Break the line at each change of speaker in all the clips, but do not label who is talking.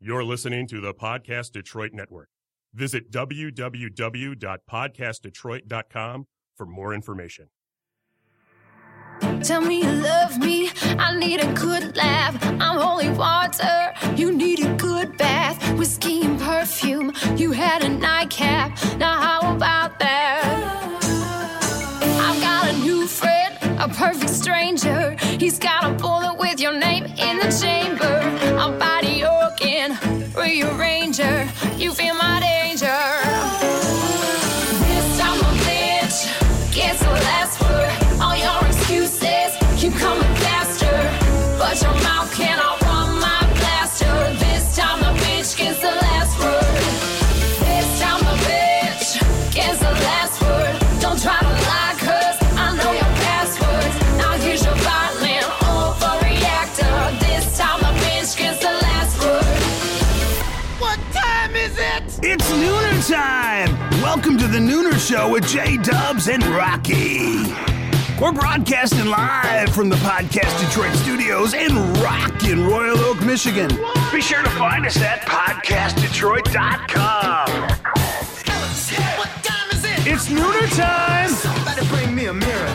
You're listening to the Podcast Detroit Network. Visit www.podcastdetroit.com for more information.
Tell me you love me. I need a good laugh. I'm holy water. You need a good bath. Whiskey and perfume. You had a nightcap. Now, how about that? I've got a new friend, a perfect stranger. He's got a bullet with your name in the chamber. I'm body organ, rearranger. You feel my danger. This time I'm bitch. Gets the last word. All your excuses keep coming faster. But your mouth cannot run my blaster. This time the bitch gets the last word. This time the bitch gets the last word. Don't try to lie, cause I know your passwords. Now here's your violent overreactor. This time the bitch gets the last word.
What time is it?
It's Nooner time! Welcome to the Nooner Show with J Dubs and Rocky. We're broadcasting live from the Podcast Detroit studios in Rockin' Royal Oak, Michigan. Be sure to find us at podcastdetroit.com.
What time is it?
It's Nooner time!
Somebody bring me a mirror.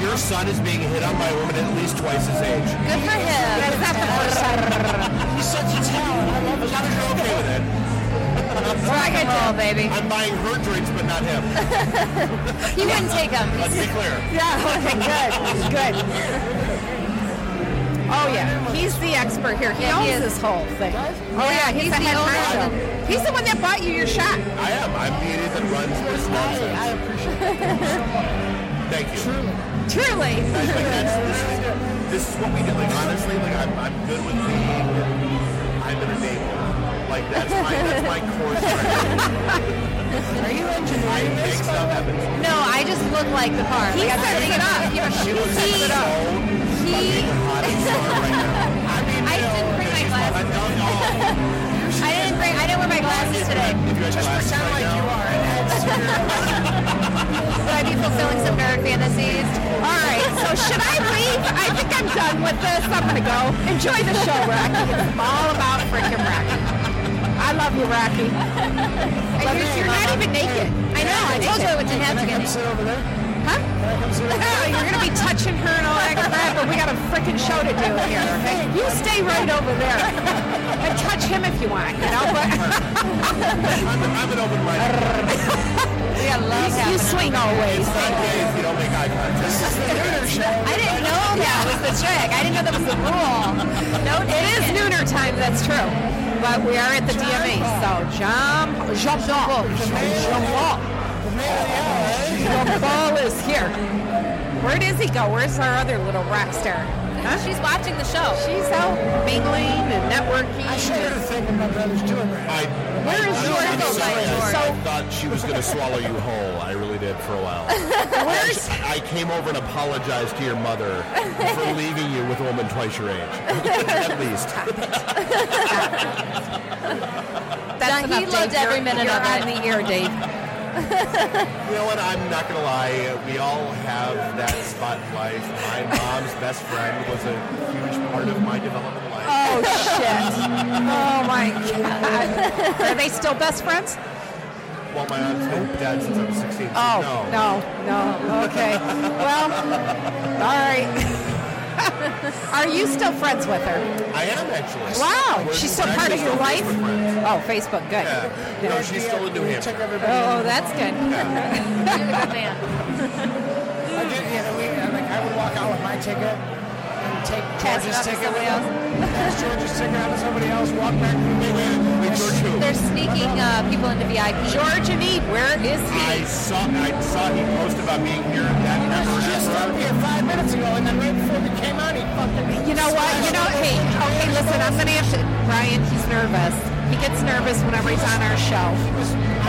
Your son is being hit on by a woman at least twice his age.
Good for him.
He's such a talent. I love it. How did you okay with it?
Rock and roll, baby.
I'm buying her drinks, but not him.
He wouldn't take him.
Let's be clear.
Yeah, okay, good, good. Oh yeah, he's the expert here. He owns this whole thing. Oh yeah, he's, the, head honcho. He's the one that bought you your shot.
I am. I'm the idiot that runs this nonsense. I appreciate it. Thank you.
Truly.
Like, that's, this, is, this is what we do. Like honestly, like I'm, I'm good with the I'm an enabler. Like that's my that's my course. Right
Are you
now. I make stuff happen.
No, I just look like the part. He sets it up.
She looks so fucking hot and sore right now. I mean,
I
you know,
didn't bring my
she's
glasses.
fucking- oh, no.
I didn't bring. I didn't wear my glasses today,
If you had glasses right now,
so I'd be fulfilling some nerd fantasies. All right. So should I leave? I think I'm done with this. I'm gonna go. Enjoy the show, Rocky. It's all about freaking Rocky. I love you, Rocky. And you're, you're not even naked. I know. I told you I wouldn't have to get naked. Huh? Oh, you're gonna be touching her and all that crap, but we got a freaking show to do here. Okay? You stay right over there and touch him if you want. You know, but
I'm, I'm an open mind.
we got love. You, you swing always.
It's not gay if you don't make eye contact. This is the dinner show.
I didn't know that was the trick. I didn't know that was the rule. No, it is nooner time. That's true. But we are at the DMA, so jump, jump, ball, jump, ball. Jump ball is here. Where does he go? Where's our other little rock star? Huh?
She's watching the show.
She's out mingling and networking.
I,
Where is your
I'm
elbow,
sorry,
Mike?
I-
So-
I thought she was going to swallow you whole. I really did for a while.
Where's
I came over and apologized to your mother for leaving you with a woman twice your age. At least.
that's
he
enough,
loved
Dave.
every
You're-
minute
you're
of it.
on the ear, Dave.
You know what? I'm not going to lie. We all have that spot in life. My mom's best friend was a huge part of my development life.
Oh shit! Oh my god! Are they still best friends?
Well, my aunt's been dead since I was 16. so
Oh
no.
no, no. Okay. Well, all right. Are you still friends with her?
I am actually.
Wow,
We're-
she's still
we're
part
actually
of your
still
life.
Facebook friends.
Oh, Facebook, good.
Yeah. No, she's still in New Hampshire.
Oh, that's good.
You're a good man.
I did, you know, we, I, like, I would walk out with my ticket and take
Pass
George's
it off to
ticket
somebody
with
else.
him, pass George's ticket out to somebody else, walk back to me.
Wait, George who?
They're sneaking uh, people into VIP.
George and Eve, where is
I
he?
saw I saw he posted about being here at that
I
number.
was just up here five minutes ago, and then right before we came on, he fucking.
You know what? You know, hey, okay, listen, I'm gonna have to. Brian, he's nervous. He gets nervous whenever he's on our show.
Uh,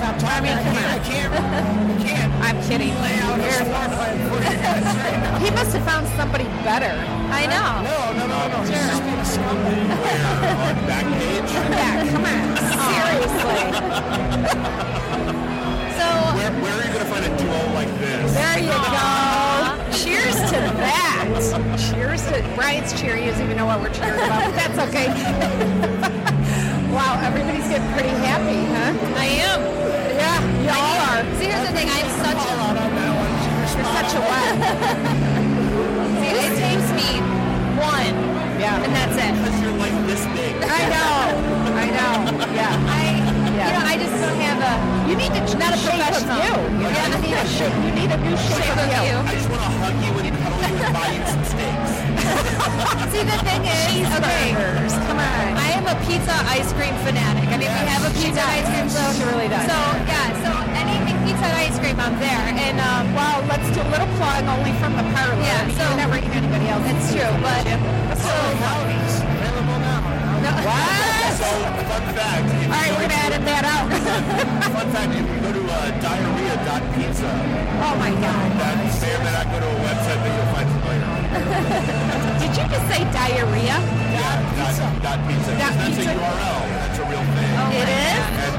Stop talking. I can't. I can't. I can't.
I'm kidding.
Lay out a
You're-
floor plan for you guys right now.
He must have found somebody better.
I know.
No, no, no, no. He's just being a scumbag.
on Backpage.
Yeah, come on. Seriously. so
Where, where are you going to find a duo like this?
there you go. Cheers to that. Cheers to Brian's cheering. He doesn't even know what we're cheering about. but That's okay. wow, everybody's getting pretty happy, huh?
I am.
Yeah, you all are.
See, here's the thing. I'm such a.
You're such a wet.
See, it takes me one,
Yeah.
and that's it.
Because you're like this big.
I know. I know. Yeah.
I,
Yeah.
you know, I just don't have
You need to not a professional. You, know, you need a shape. You need a new
a
shape,
shape
of you.
of
I just want to hug you and cuddle you and buy you some steaks.
you. See, the thing is, okay,
Cheeseburgers. Come on.
I am a pizza ice cream fanatic. I mean, we have a pizza ice cream, so
She really does.
So yeah, so anything pizza and ice cream, I'm there. And um,
Well, let's do a little plug only from the parlor.
Yeah,
You're
so-
never eating anybody else.
it's true, but so no,
So, fun fact. If you
All right,
go
we're gonna edit that out.
to, fun fact, if you go to uh, diarrhea.pizza,
oh my god.
that may or may not go to a website that you'll find familiar.
Did you just say diarrhea?
Yeah, dot, dot pizza. 'cause
Dot
that's
pizza.
a URL. That's a real thing.
Oh, it is.
And,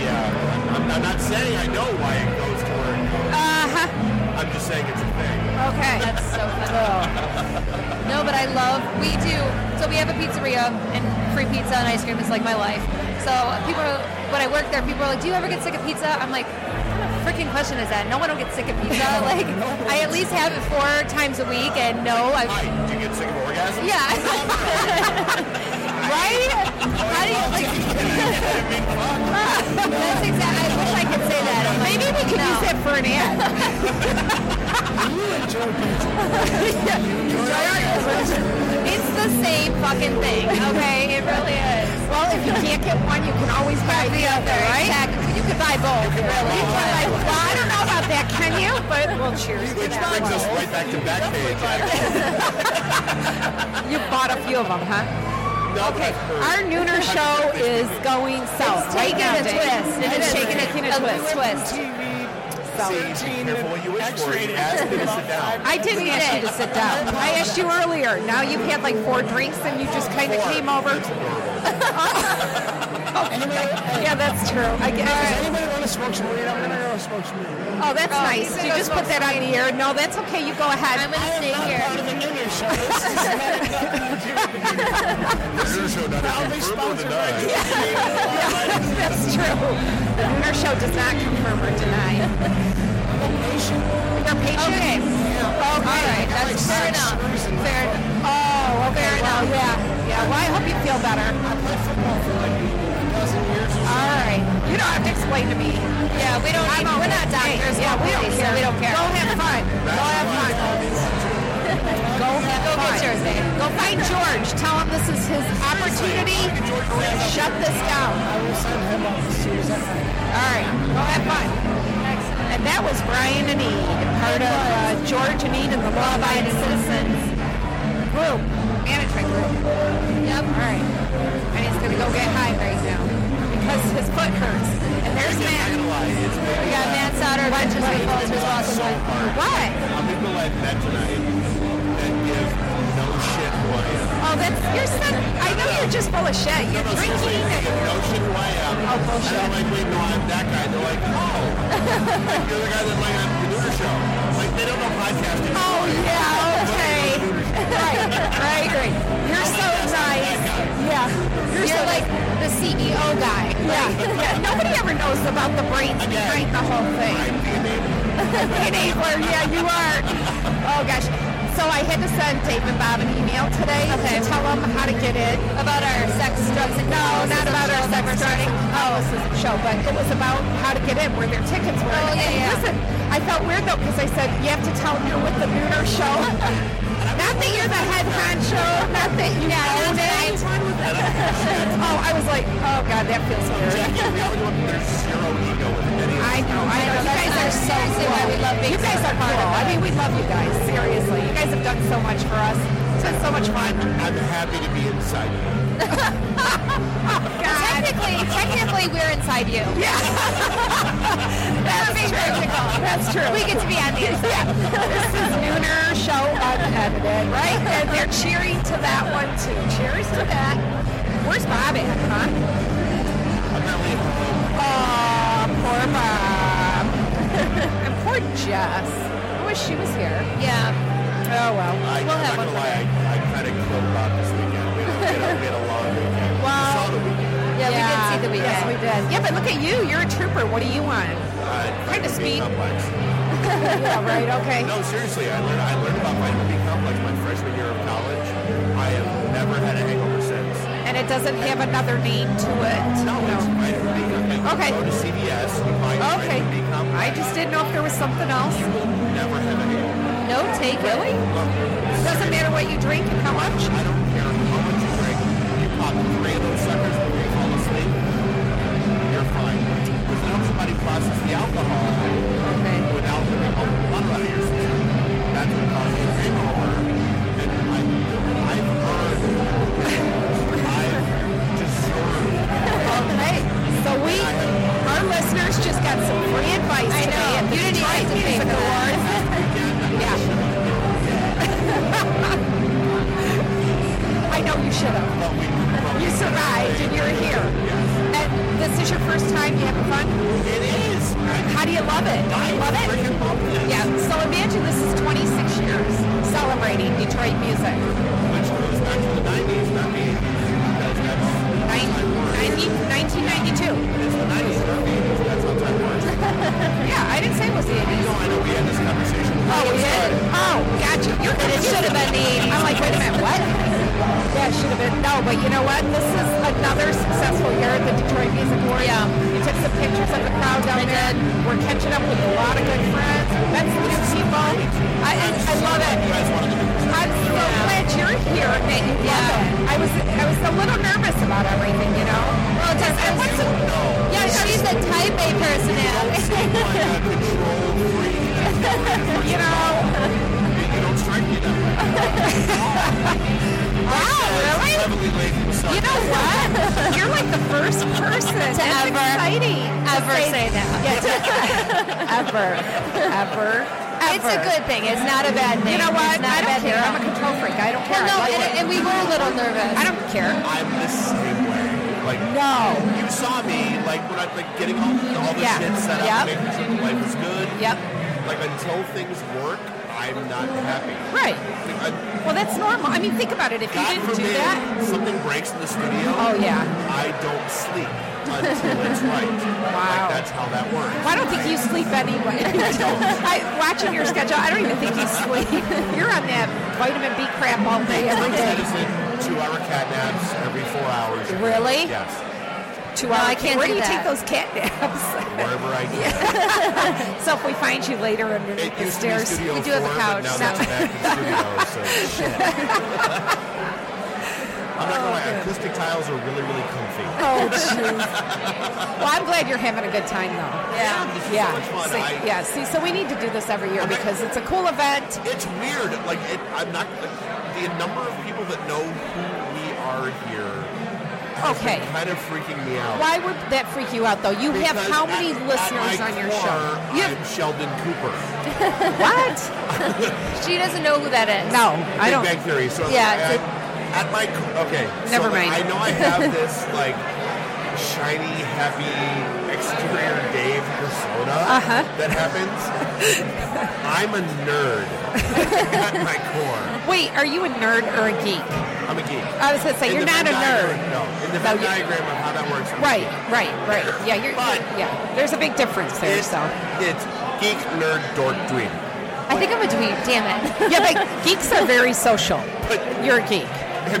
yeah, I'm, I'm not saying I know why it goes to where it goes. Uh-huh. I'm just saying it's a thing.
Okay.
That's so funny. no, but I love we do. So we have a pizzeria and free pizza and ice cream is like my life. So people, are, when I work there, people are like, "Do you ever get sick of pizza?" I'm like, "What a freaking question is that? No one will get sick of pizza. Like, I at least have it four times a week, and no, I've
Hi, do you get sick of orgasms?
yeah." Right? How do you like? That's exactly. I wish I could say that. I'm like,
Maybe we could
no.
use that for an ad.
It's the same fucking thing. Okay, it really is.
well, if you can't get one, you can always buy the other, right?
Exactly. You could buy both, really.
You can buy- well, I don't know about that, can you? But well, cheers to
Which
that.
brings us right back to Backpage. actually.
You bought a few of them, huh?
No, but
Okay,
I've heard.
our nooner show is going south
It's
right
taking
now,
a
Dave.
twist. It
It's
is
taking
taking
a
a
twist.
twist.
See, be careful what you wish for. You asked me to sit down.
I didn't ask you to sit down. I asked you earlier. Now you've had like four drinks and you just kind of came over. Yeah, that's true. I get
Does anybody want to smoke some weed? I'm going to go smoke some weed.
Oh, that's nice. You just put that on the air. No, that's okay. You go
I'm
ahead.
gonna stay
Part
here.
of the dinner show. This is
Your show doesn't
proudly
confirm or
sponsored
deny.
by
That's true. The Nooner Show does not confirm or deny. You're patient.
Okay. All right. That's fair enough. Fair enough.
Oh, okay.
Fair
well,
enough.
yeah. Yeah. Well, I hope you feel better. All right. You don't have to explain to me.
Yeah, we don't. Need, we're not doctors.
Yeah, we don't
police,
care.
So we don't care.
Go have fun. Go have fun. Go have
Go
fun.
get yours, Dave.
Go find George. Tell him this is his opportunity. Shut this down.
I will send him off as soon as I can.
All right. Go have fun. And that was Brian and Eve, part of uh, George and Eve and the Law Abiding Citizens group, management group.
Yep.
All right. And he's going to go get high right now because his foot hurts. And there's
I'm
Matt.
gonna lie, it's been-
We got Matt Sauter, Benches Peoples, who's lost
so hard.
What?
I'm in the life met tonight that give no shit who I am.
Oh, that's you're such. I know you're just full of shit. You're
No, seriously,
drinking.
they give no shit who I am.
Oh,
And
bullshit.
I'm like, wait, no, I'm that guy. They're like, oh, like you're the guy that like on the Lunar show. Like they don't know podcasting.
Oh yeah. Okay. right. Right. Right. You're so nice. Yeah. You're, so E
You're like the CEO guy.
Yeah. yeah. Nobody ever knows about the brains behind the whole thing. Enabler. Yeah, you are. Oh gosh. So I had to send Dave and Bob an email today to tell them how to get it.
About our sex, drugs, and
No,
This
not
is a
about our
show that
sex
we're
starting policies show, but it was about how to get in, where their tickets were.
Oh, yeah,
and
yeah.
Listen, I felt weird though because I said you have to tell them you're with the Nooner show. not that you're the head honcho, not that you own it. oh, I was like, oh god, that feels weird.
Yeah, we all know there's zero ego in any of
I know, I know. You guys are so
Seriously,
cool.
why we love being
you guys
so
are cool. I mean, we love you guys. Seriously, you guys have done so much for us. It's been so much fun.
I'm happy to be inside. you.
God.
Technically, technically, we're inside you.
Yeah. That's true. That's true.
We get to be on the inside.
this is Nooner Show Unedited, right? And they're cheering to that one too. Cheers to that. We're Where's Bob at, huh?
Apparently,
Oh, poor Bob. and poor Jess. I wish she was here.
Yeah.
Oh, well.
I,
We'll
I'm
have
not
one
gonna
for
lie, I, I kind of killed Bob this weekend. We had, a- we had a, we had a long weekend. We
Well-
saw the weekend.
Yeah, we did see the weekend.
Yes, we did. Yeah, but look at you. You're a trooper. What do you want?
Uh,
Kind of
vitamin B
speed.
Complex.
yeah, right. Okay.
No, seriously, I learned I learned about vitamin B complex my freshman year of college. I have never had a hangover since.
And it doesn't have another name to it.
No, it's vitamin B complex.
Okay.
You go to CVS, you buy
Okay.
vitamin B complex.
I just didn't know if there was something else.
You will never have a hangover.
No take it.
Really? Doesn't matter what you drink and how much.
I don't care how much you drink. You pop three of those suckers before you fall asleep, you're fine. Because it helps your body process the alcohol
Okay.
without the blood out of your system. That's what causes a hangover. And I, I've heard, I've just oh sure
Okay. So we, our listeners, just got some free advice
I
today.
know.
at the
You didn't even
Detroit
have to pay
Music
for that.
Awards. yeah. I know you should have. You survived and you're here. And this is your first time. You having fun? It is. How do you love it? Do you love it? Yeah. So imagine this is 26 years celebrating Detroit music.
which goes back to the 90s, not the 80s. Because that's,
Nin-
it's
90 1992.
the 90s, not the 80s. That's how time works.
Yeah, I didn't say it was the 80s.
No, I know we had this conversation.
Oh,
we
we
did.
did. Oh, gotcha. You're
But it
confused.
should have been the 80s.
I'm like, wait a minute, what? Yeah, it should have been. No, but you know what? This is another successful year at the Detroit Music Awards.
Yeah.
You took some pictures of the crowd down
I
there.
did.
We're catching up with a lot of good friends. That's new people. I, I, I love it. I'm so glad you're here. Thank you. Yeah. I was I was a little nervous about everything, you know.
Well, just
And what's the,
yeah, she's a type A personality.
you know,
You don't strike me that way.
wow, really?
Heavily laden with
You
suckers.
know what? You're like the first person to That's
ever-
exciting.
ever say that.
ever, ever, ever.
It's a good thing. It's not a bad thing.
You know
It's
what? I
not a bad
don't
thing.
care. I'm a control freak. I don't care.
Well, no,
I like
and,
it.
and we were a little nervous.
I don't care.
I'm the same way. Like,
No.
you saw me, like, when I'm, like, getting all, all this
Yeah.
shit set up,
Yep.
making sure life is good.
Yep.
Like, until things work, I'm not happy.
Right.
Like, I-
Well, that's normal. I mean, think about it. If you
God
didn't do
forbid
that,
something breaks in the studio.
oh yeah.
I don't sleep until it's right.
Wow.
Like, that's how that works.
Well, I don't think you sleep anyway. I, watching your schedule, I don't even think you sleep. You're on that vitamin B crap all day, every
That
day.
is it. Two hour cat naps every four hours.
Really?
Yes.
Two
No,
hours.
I can't
Where
do
do you
that.
take those cat naps?
Wherever I get.
So if we find you later underneath
It
the
used to be
stairs,
Studio
We do have a
4,
couch.
But now
No.
that's back in studio, so shit. I'm not going to lie. Acoustic tiles are really, really comfy.
Oh, jeez. well, I'm glad you're having a good time, though.
Yeah.
This is
Yeah.
So much fun.
See,
I-
yeah. See, so we need to do this every year because it's a cool event.
It's weird. Like, it, I'm not. the number of people that know who we are here has been
Okay.
kind of freaking me out.
Why would that freak you out, though? You have
Because
how
at-
many
at
listeners
my
on your
core,
show? You
I'm Sheldon Cooper.
have what?
She doesn't know who that is.
No,
Big
I don't.
Bang Theory. So
Yeah,
I-
it's
I- at my co- okay. so,
Never
like,
mind.
I know I have this like shiny, happy exterior Dave persona
Uh-huh.
that happens. I'm a nerd at my core.
Wait, are you a nerd or a geek?
I'm a geek.
I was gonna say
In
you're
the
not a
Venn
nerd.
diagram- No, in the
No,
Venn
you-
diagram of how that works. I'm a
Right,
geek.
right, right. Yeah, you're.
But-
yeah, there's a big difference there.
It's,
so
it's geek, nerd, dork, dweeb.
I think I'm a dweeb. Damn it.
yeah, but geeks are very social.
But-
You're a geek. You're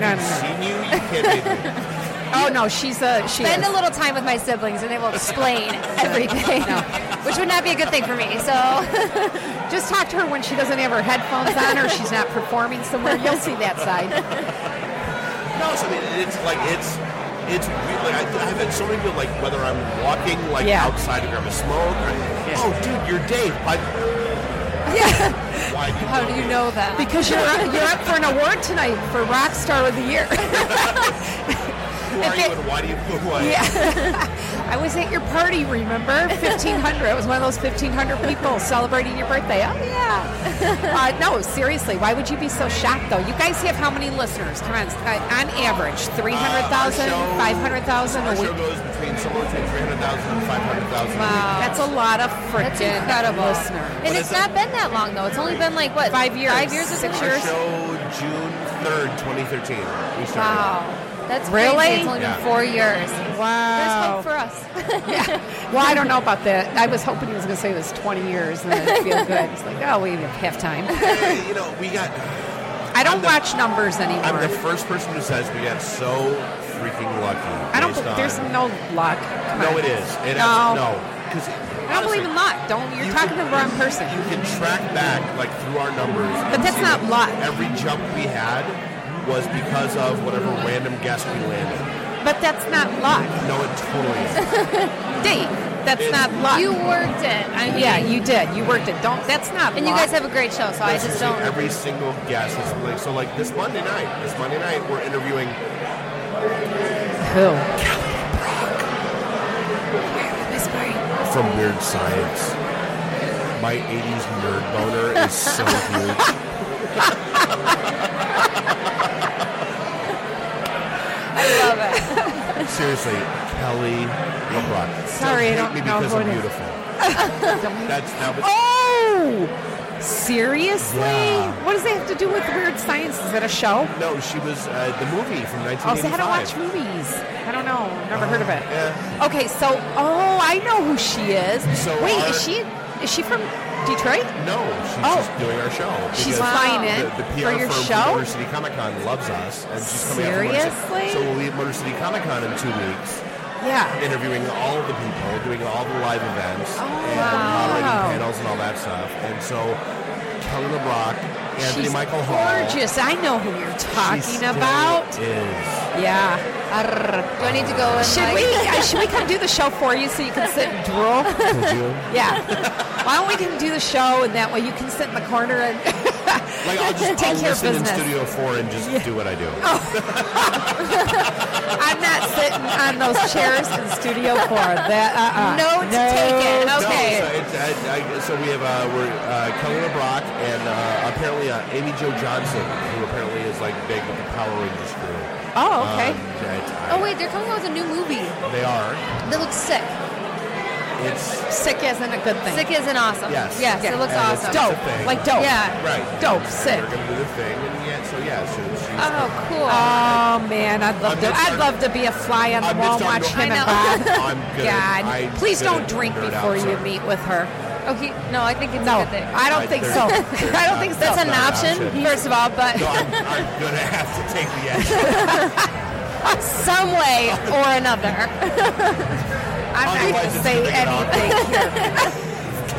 Have
not a
you
nerd.
seen you? You kidding me?
Oh no, she's a she.
Spend
is.
a little time with my siblings, and they will explain everything, which would not be a good thing for me. So,
Just talk to her when she doesn't have her headphones on or she's not performing somewhere. You'll see that side.
No, so I mean, it's like it's it's weird. Like I, I've had so many people like whether I'm walking like
Yeah.
outside to grab a smoke. Or, Oh, dude, you're Dave. I,
Yeah.
why do you?
how do you know that?
Because you're up, you're up for an award tonight for Rock Star of the Year.
Who are
if
you
it-
and why do you look like?
Yeah. I was at your party, remember? 1,500. I was one of those 1,500 people celebrating your birthday. Oh, yeah. uh, no, seriously, why would you be so shocked, though? You guys have how many listeners? Come on, uh, on average, 300,000,
Uh, our show-
500,000
Our
a
show
week?
goes between somewhere between 300,000 and 500,000.
Wow.
That's a lot of
That's
freaking
incredible.
listeners.
And it's
is it?
not been that long though. It's only been like what
Five years.
five years or
Six
six
Our
years.
show, June 3rd, 2013. We started.
Wow, that's
Really?
Crazy. It's only been
Yeah.
four years. There's
Wow.
hope for us.
Oh. Well, I don't know about that. I was hoping he was going to say it was 20 years and then I'd feel good. It's like, oh, we have time.
Hey, you know, we got.
I don't
I'm the-
watch numbers anymore.
I'm the first person who says we got so freaking lucky.
I don't.
based
bel-
on-
There's no luck. Come
No,
on.
it is. It
No.
abso- no. 'Cause
I don't
honestly,
believe in luck. Don't. You're
you
talking to
can-
the wrong person.
You can track back like through our numbers.
But
and
that's
see
not
that
luck.
Every jump we had was because of whatever random guess we landed.
But that's not luck,
No, it totally is.
Dave. That's
It's-
not luck.
You worked it. I mean,
yeah, you did. You worked it. Don't. That's not.
And you
luck.
guys have a great show, so I
That's
just
like
don't.
Every single guess is like so. Like this Monday night. This Monday night, we're interviewing
who?
from Weird Science. My 80s nerd boner is so huge.
I love it.
Seriously, Kelly LeBrock.
Sorry, I
Hate
don't
me
know
because
who
I'm
it is.
beautiful. That's that was
Oh, seriously?
Yeah.
What does that have to do with weird science? Is it a show? Oh,
no. She was uh, the movie from 1985.
Also, how to watch movies? I don't know. Never heard of it.
yeah.
Okay, so oh, I know who she is.
So
Wait,
our-
is she is she from Detroit?
No, she's
Oh.
just doing our show.
She's
because
flying in
The, the PR
for your
firm
show?
Motor City Comic Con loves us, and she's coming out. for Motor
Seriously?
City. So we'll be at Motor City Comic Con in two weeks,
Yeah.
interviewing all of the people, doing all the live events, and
Oh, wow.
moderating panels and all that stuff. And so Kelly LeBrock, Anthony
She's
Michael Hall,
gorgeous. I know who you're
she
talking
still
about.
is.
Yeah. Arr.
Do I need to go and
Should
like,
we uh, should we come do the show for you so you can sit and drool?
Could you?
Yeah. Why don't we come do the show and that way you can sit in the corner and
Like I'll just I'll
Take care of
listen in
business.
Studio Four and just do what I do.
I'm not sitting on those chairs in Studio Four. That uh-uh.
Note taken.
Note
Okay.
No, so, it's, I, I, so we have uh, we're uh, Kelly LeBrock and uh, apparently uh, Amy Jo Johnson, who apparently is like big with the Power Rangers crew.
Oh, okay.
Um, that I-
Oh wait, they're coming out with a new movie.
They are.
That looks sick.
It's
Sick isn't a good thing.
Sick isn't awesome.
Yes.
Yes,
Yeah.
it looks
And it's
awesome.
dope.
dope.
thing.
Like dope.
Yeah.
right.
Dope,
They're
sick. Uh,
gonna do the thing, and yeah. So yeah, so she's.
Oh, cool.
Oh man, I'd
I'm
love to.
just starting-
I'd love to be a fly on the
I'm
wall,
just
and watch
starting to-
him and
I
Bob.
know.
I'm good.
God,
I'm
please
gonna
don't drink
nerd out
before you
some.
meet with her.
oh, he, no, I think it's
No,
a good thing.
I
I-
don't think
there's-
so.
there's
I don't
not-
think so.
that's
That's an
not an
option,
option.
first of all, but
So I'm, I'm gonna have to take the action.
some way or another.
I'm not going
Otherwise,
to
it's
say
gonna get
anything. here.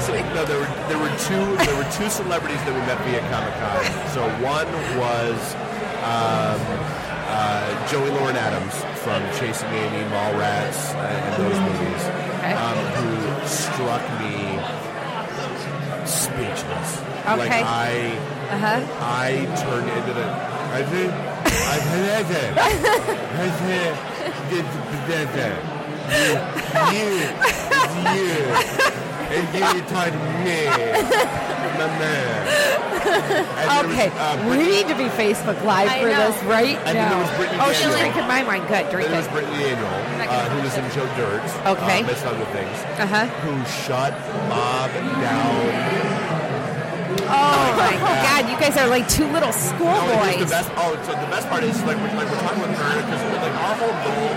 So, no, there were there were two there were two celebrities that we met via Comic Con. So one was um, uh, Joey Lauren Adams from Chasing Amy, Mallrats, and those movies, um, who struck me speechless. Like
Okay.
I
Uh-huh.
I turned into the I did I did it. I did did did it. You you you and you taught me my man. And there was,
Okay,
uh,
we
Brit-
need to be Facebook Live
I
for
know.
this right
And then
now.
there was Brittany
oh, she's
Daniel.
drinking my wine. Good, drink
Then there was
it.
Brittany Daniel, uh, who was in Joe Dirt,
Okay.
uh, amidst other things,
Uh huh.
who shut Bob down.
Oh my God, you guys are like two
No,
little
Oh,
it was
schoolboys.
the best. Oh, so the best part is like we're, like we're talking with her because like our whole goal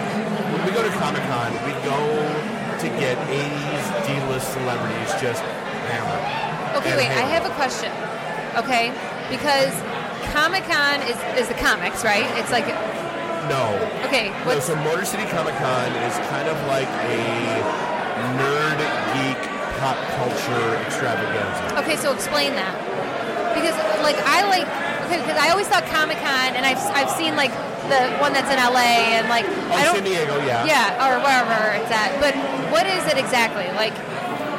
when we go to Comic Con, we go to get 80s D-list celebrities just hammered.
Okay,
And
wait. I
hammered.
have a question. Okay, because Comic Con is is the comics, right? It's like
no.
okay,
No,
what's
so Motor City Comic Con is kind of like a nerd geek pop culture extravaganza.
okay? So explain that because like I like okay because I always thought Comic Con and I've I've seen like the one that's in LA and like I
Oh,
don't
San Diego, yeah.
yeah or wherever it's at. But what is it exactly like?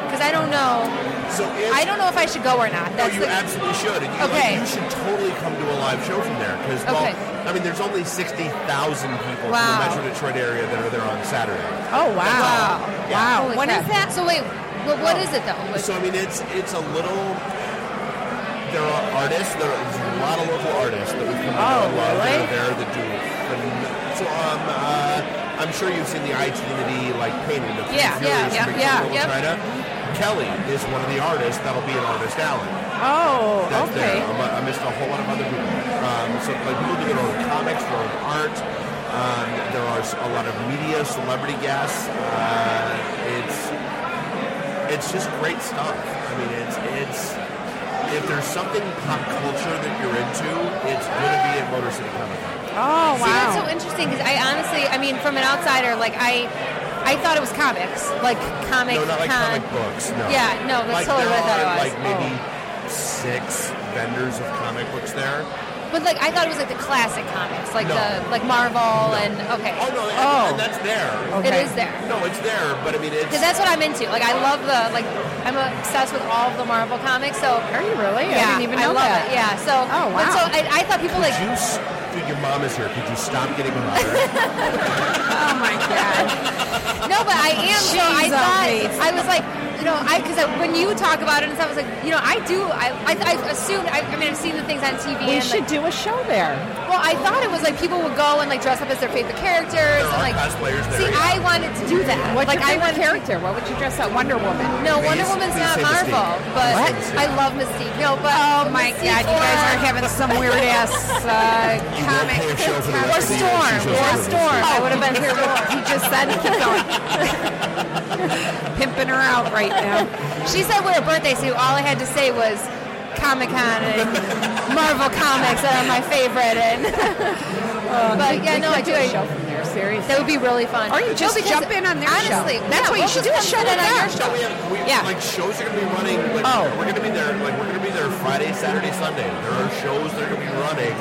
Because I don't know.
So it's,
I don't know if I should go or not.
No,
That's
you
the,
absolutely should. And you,
Okay.
like, you should totally come to a live show from there because
Okay.
well, I mean, there's only 60,000 people
Wow.
in the Metro Detroit area that are there on Saturday.
Oh wow!
Yeah.
Wow!
Holy
What is
crap. that? So wait, well, what is it though? Like,
So I mean, it's it's a little. There are artists. There are a lot of local artists that we've come to know
Oh,
and love that
really?
are there that do. phen- So um, uh, I'm sure you've seen the iTunity like painting of
Yeah,
Furious
yeah,
from
yeah,
Little
yeah, yep.
China. Kelly is one of the artists that'll be an artist alley.
Oh,
that's
okay.
there. amo- Amidst a whole lot of other people. Um, so like people do their own comics, their own art. Um, there are s- a lot of media, celebrity guests. Uh, it's it's just great stuff. I mean, it's it's if there's something pop culture that you're into, it's gonna be at Motor City Comic Con.
Oh
See, that's so
wow!
interesting because I honestly, I mean, from an outsider, like I, I thought it was comics, like comic
No, not like
con.
comic books. No.
Yeah, no, that's
like,
totally
there
what I thought
are,
it was. Oh.
Like maybe six vendors of comic books there.
But like I thought it was like the classic comics, like
No.
the like Marvel and okay,
Oh no, and-
Oh.
and that's there.
Okay.
it is there.
No, it's there, but I mean, it's
Because that's what I'm into. Like I love the like I'm obsessed with all of the Marvel comics. So
Are you really? I
yeah,
didn't even know
love
that.
it. Yeah. So
Oh,
But
wow.
so I, I thought people like
juice. Dude, your mom is here. Could you stop getting louder?
Oh my god!
No, but I am. So I
Jeez,
thought
Elsie.
I was like, you know, I because I, when you talk about it and stuff, I was like, you know, I do. I I, I assumed. I, I mean, I've seen the things on TV.
We
and
should
Like,
do a show there.
well, I thought it was like people would go and like dress up as their favorite characters
There
and
are
like
cosplayers there,
See,
yeah.
I wanted to do that.
What's
like
your
I
favorite
wanted.
character? What would you dress up? Wonder Woman.
No, Wonder
Please-
Woman's
please
not
say Mystique.
Marvel, but
What? Mystique.
I love Mystique. No, but
Oh my
Mystique
god! You guys
or-
are having some weird ass uh,
You won't
comic.
play a show for the
Or
rest of the year.
Storm.
She's
Or
just-
Storm.
Oh.
I would have been here more. He just said, keep going. Pimping her out right now.
She said we're a birthday suit. All I had to say was Comic Con and Marvel comics that are my favorite. And
Oh,
but yeah, no, I do. I,
show from there, seriously.
That would be really fun.
Or you just
because
jump in on their
honestly,
show.
yeah,
That's what you
we'll
should
just
do, a show
come sit
with
in on
that.
your
No,
show.
we have, we,
Yeah.
Like shows are gonna be running. Like,
Oh.
we're gonna be there. Like we're gonna be there Friday, Saturday, Sunday. There are shows that are gonna be running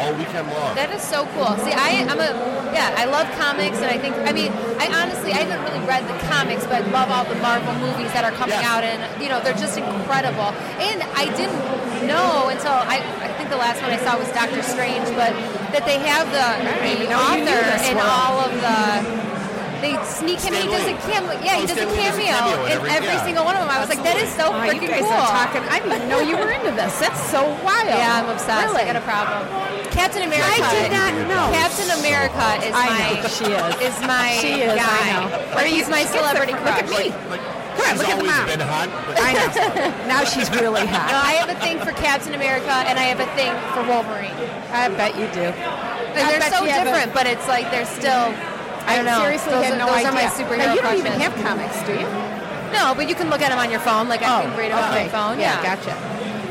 all weekend long.
That is so cool. See, I, I'm a yeah. I love comics, and I think I mean, I honestly I haven't really read the comics, but I love all the Marvel movies that are coming
Yeah.
out, and you know they're just incredible. And I didn't know until I, I think the last one I saw was Doctor Strange, but that they have the, the
didn't know you knew
author
this
in
world.
all of the. They sneak him. in. He
Stan
does
Lee.
a cameo. Yeah,
Oh,
he does
Stan
a
Lee does a
cameo
cameo in
in
every-
every
yeah.
single one of them. I was like, that is so
Oh,
freaking
you guys
cool.
are talking. I didn't even know you were into this. That's so wild.
Yeah, I'm obsessed.
Really?
I got a problem. Captain America.
I did not know.
Captain America is
I
my.
know, she is.
Is my
She is, I
guy.
know.
Or he's my celebrity
Look
crush.
at me.
like,
on,
she's
look at
always
the mom.
been hot. But
I know. Now she's really
No,
hot.
I have a thing for Captain America, and I have a thing for Wolverine.
I bet you do.
Like,
I
they're
bet
so
you have a-
different, but it's like they're still. I
I
don't know.
seriously
those
had
are,
no
those
idea.
are my superhero
now, you don't
crushes.
even have comics, do you?
No, but you can look at them on your phone. Like I can read them on my phone. Oh, Yeah,
Oh, gotcha.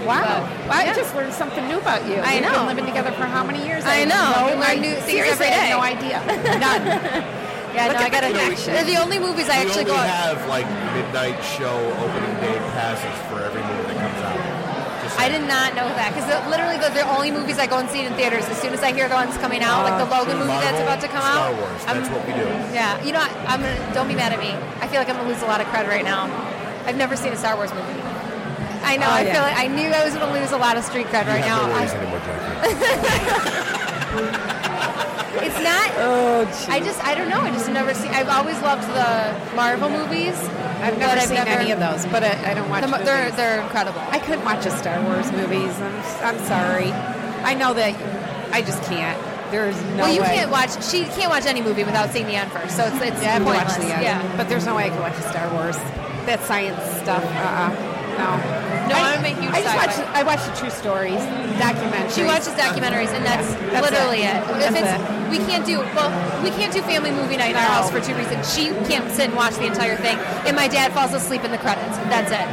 Wow.
But,
Well, I
yeah.
just learned something new about you.
I
We've
know.
been living together for how many years?
I know. We learn
I
new things
seriously
every
had
day.
no idea. None.
Yeah,
Look
no,
at
I got
the
a
connection.
They're the only movies I
we
actually
only
go. out-
have like midnight show opening day passes for every movie that comes out. Just
I
like-
did not know that because literally the, the only movies I go and see in theaters. As soon as I hear the one's coming out, like the Logan movie that's
Marvel,
about to come
Ah, Star
out,
Wars.
I'm-
That's what we do.
Yeah, you know, I, I'm gonna. Don't be mad at me. I feel like I'm gonna lose a lot of cred right now. I've never seen a Star Wars movie. I know.
Oh,
I
yeah.
feel like I knew I was gonna lose a lot of street cred
You
right
have
now.
no worries
I-
anymore, Jackie.
it's not.
Oh,
I just. I don't know. I just never seen. I've always loved the Marvel movies.
I've never seen any of those, but I, I don't watch
The, mo-
movies.
they're they're incredible.
I couldn't watch a Star Wars movies. I'm, I'm sorry. I know that. I just can't. There's no
well, you
way.
can't watch. She can't watch any movie without seeing the end first. So it's it's
Yeah, I've
pointless.
watched the end,
yeah.
but there's no way I could watch a Star Wars. That science stuff. Uh-uh. No.
No,
I,
I'm a huge
I just
sci-fi.
watch. I watch the true stories, documentaries.
She watches documentaries, and that's,
That's
literally
it.
it.
That's
if it's, We can't do well. We can't do family movie night in our
No.
house for two reasons. She can't sit and watch the entire thing, and my dad falls asleep in the credits. That's it.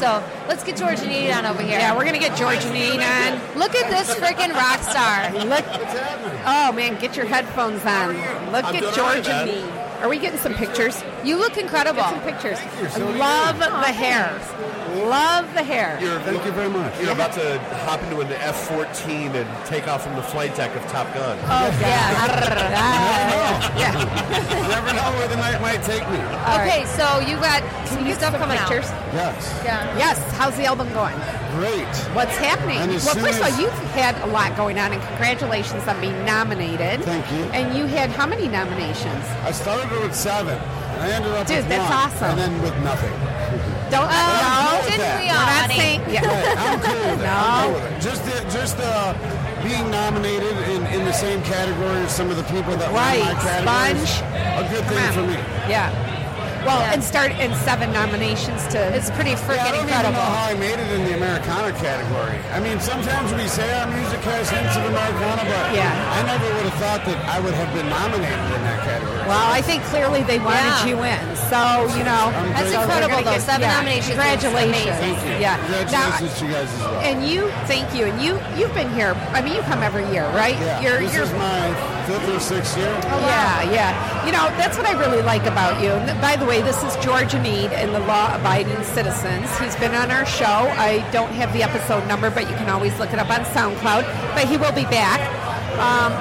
So let's get George and Edie on over here.
Yeah, we're gonna get George and Ian on.
Look at this freaking rock star.
Look. Oh man, get your headphones on. Look
I'm
at
doing
George
all right,
and me. Are we getting some pictures?
You look incredible.
Some pictures. I love the hair. Love the hair.
You're, Thank you very much. You're about to hop into an F-14 and take off from the flight deck of Top Gun.
Oh yeah.
Ah,
You never know where they might, right, take me.
Okay, so you got some new
get
stuff
some
coming
pictures?
out.
Yes.
Yeah.
Yes. How's the album going?
Great.
What's happening?
And as
Well,
soon
first of
as-
all, you've had a lot going on, and congratulations on being nominated.
Thank you.
And you had how many nominations?
I started with seven, and I ended up
Dude,
with
that's
one, and
awesome.
then with nothing.
Don't
I'm
oh,
cool with
Didn't
that.
we
We're
all,
We're not
honey?
saying yeah.
Hey, I'm cool with it. I'm cool with it. Just, the, just uh, being nominated in, in the same category as some of the people that
Right.
won my categories.
Sponge.
A good thing for me.
Yeah. Well,
Yeah.
and start in seven nominations to.
It's pretty
I
freaking
don't even know
incredible.
how I made it in the Americana category. I mean, sometimes we say our music has hints of Americana, but
Yeah.
I never would have thought that I would have been nominated in that category.
Well, I think clearly they wanted
Yeah.
you in. So, you know.
That's
so we're
incredible,
gonna
though.
get-
Seven nominations is
Congratulations.
amazing.
Thank you.
Yeah.
Congratulations
Now,
to you guys as well.
and you, thank you. And you, you've been here. I mean, you come every year, right?
yeah.
You're,
this
you're Oh.
is my fifth or sixth year.
Yeah, yeah. You know, that's what I really like about you. And by the way, this is George Need and the Law Abiding Citizens. He's been on our show. I don't have the episode number, but you can always look it up on SoundCloud. But he will be back. Um,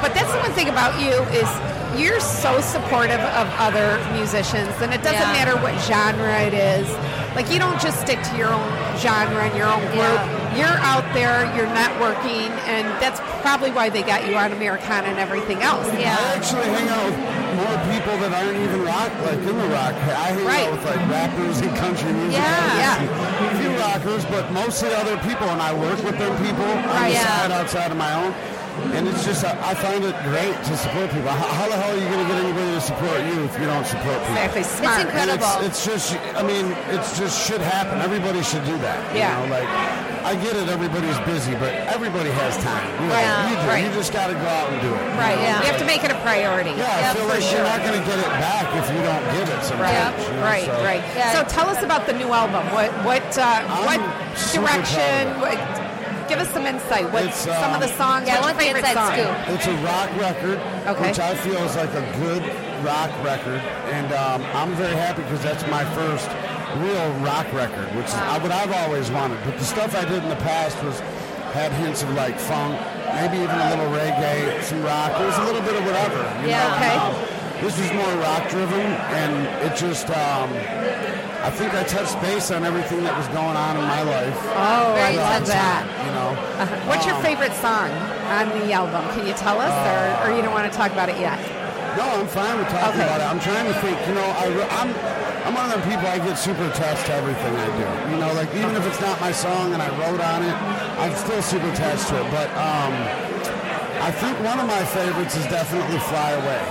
but that's the one thing about you is you're so supportive of other musicians, and it doesn't
Yeah.
matter what genre it is. Like you don't just stick to your own genre and your own group.
Yeah.
You're out there, you're networking, and that's probably why they got you on Americana and everything else.
I
Yeah.
actually hang out with more people that aren't even rock, like in the rock. I hang
Right.
out with like rappers and country music.
Yeah.
artists and A few rockers, but mostly other people, and I work with them people on
Right.
the
Yeah.
side outside of my own. And it's just, I, I find it great to support people. How, how the hell are you going to get anybody to support you if you don't support people?
Exactly. Smart.
incredible.
And It's, it's just, I mean, it's just should happen. Everybody should do that. you
Yeah.
know, like, I get it. Everybody's busy, but everybody has time. You know,
Right.
You, do,
Right.
you just got to go out and do it.
Right.
Yeah.
You have to make it a priority.
Yeah,
Yeah,
I feel
for
like
sure.
you're not going to get it back if you don't give it sometimes.
Right.
Yeah.
you know,
Right.
so.
Right.
Yeah.
So tell us about the new album. What what uh, what
super
direction?
proud of it.
What, give us some insight. What
It's,
some of the
um,
songs?
Yeah, I
what's
want the
your favorite
inside
song?
scoop.
It's a rock record,
Okay.
which I feel is like a good rock record, and um, I'm very happy because that's my first real rock record, which is uh, what I've always wanted. But the stuff I did in the past was had hints of like funk, maybe even a little reggae, some rock. It was a little bit of whatever. You
Yeah,
Know?
okay.
Um, this was more rock driven, and it just. Um, I think I touched base on everything that was going on in my life.
Oh, I
Very
love
touching.
that. Uh-huh.
You know.
What's
Um,
your favorite song on the album? Can you tell us,
Uh,
or, or you don't want to talk about it yet?
No, I'm fine with talking
Okay.
about it. I'm trying to think. You know, I, re- I'm I'm one of them people. I get super attached to everything I do. You know, like even if it's not my song and I wrote on it, I'm still super attached to it. But um, I think one of my favorites is definitely "Fly Away."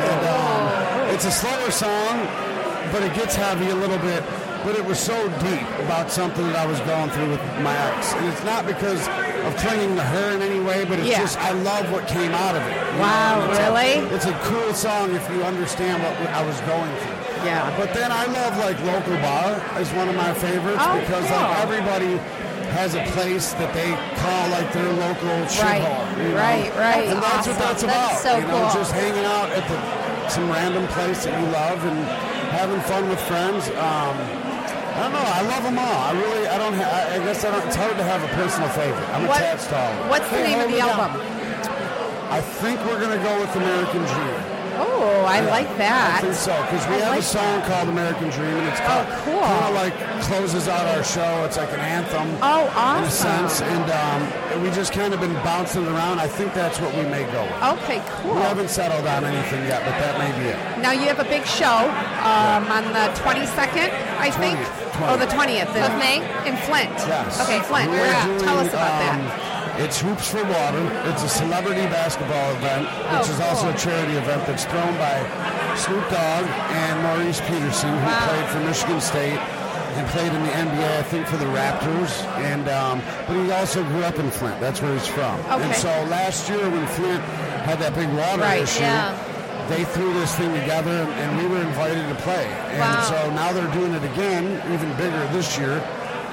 And, um, it's a slower song, but it gets heavy a little bit. But it was so deep about something that I was going through with my ex, and it's not because of clinging to her in any way, but it's
Yeah.
just I love what came out of it. you know?
Wow,
And it's a-
really?
it's a cool song if you understand what I was going through.
Yeah.
But then I love like local bar is one of my favorites
Oh,
because
cool.
like everybody has a place that they call like their local
Right,
shithole. you know?
right, right.
And that's what that's
Awesome.
about.
That's so
you know,
cool.
just hanging out at the, some random place that you love and having fun with friends. Um, I don't know. I love them all. I really. I don't. Ha- I, I guess I don't. It's hard to have a personal favorite. I'm
What-
attached to all. of them.
What's the
Hey,
name of the
hold it down.
album?
I think we're gonna go with American Dream.
Oh, I like
I
that.
think so because we
I
have
like
a song called "American Dream" and it's
Oh,
called,
cool.
kind of like closes out our show. It's like an anthem.
Oh,
In a
awesome.
sense, and um, and we just kind of been bouncing around. I think that's what we may go with.
Okay, cool.
We haven't settled on anything yet, but that may be it.
Now you have a big show um, on the 22nd, I think.
20th,
Oh, the 20th in-
Of May?
in Flint.
Yes.
Okay, Flint.
We're
Where at?
doing,
Tell us about
um,
that.
It's Hoops for Water. It's a celebrity basketball event, which
Oh,
is also
cool.
a charity event that's thrown by Snoop Dogg and Maurice Peterson, who
Wow.
played for Michigan State and played in the NBA, I think, for the Raptors. And um, but he also grew up in Flint. That's where he's from. And
Okay.
so last year when Flint had that big water
Right,
issue.
yeah.
They threw this thing together, and we were invited to play. And
Wow.
so now they're doing it again, even bigger this year,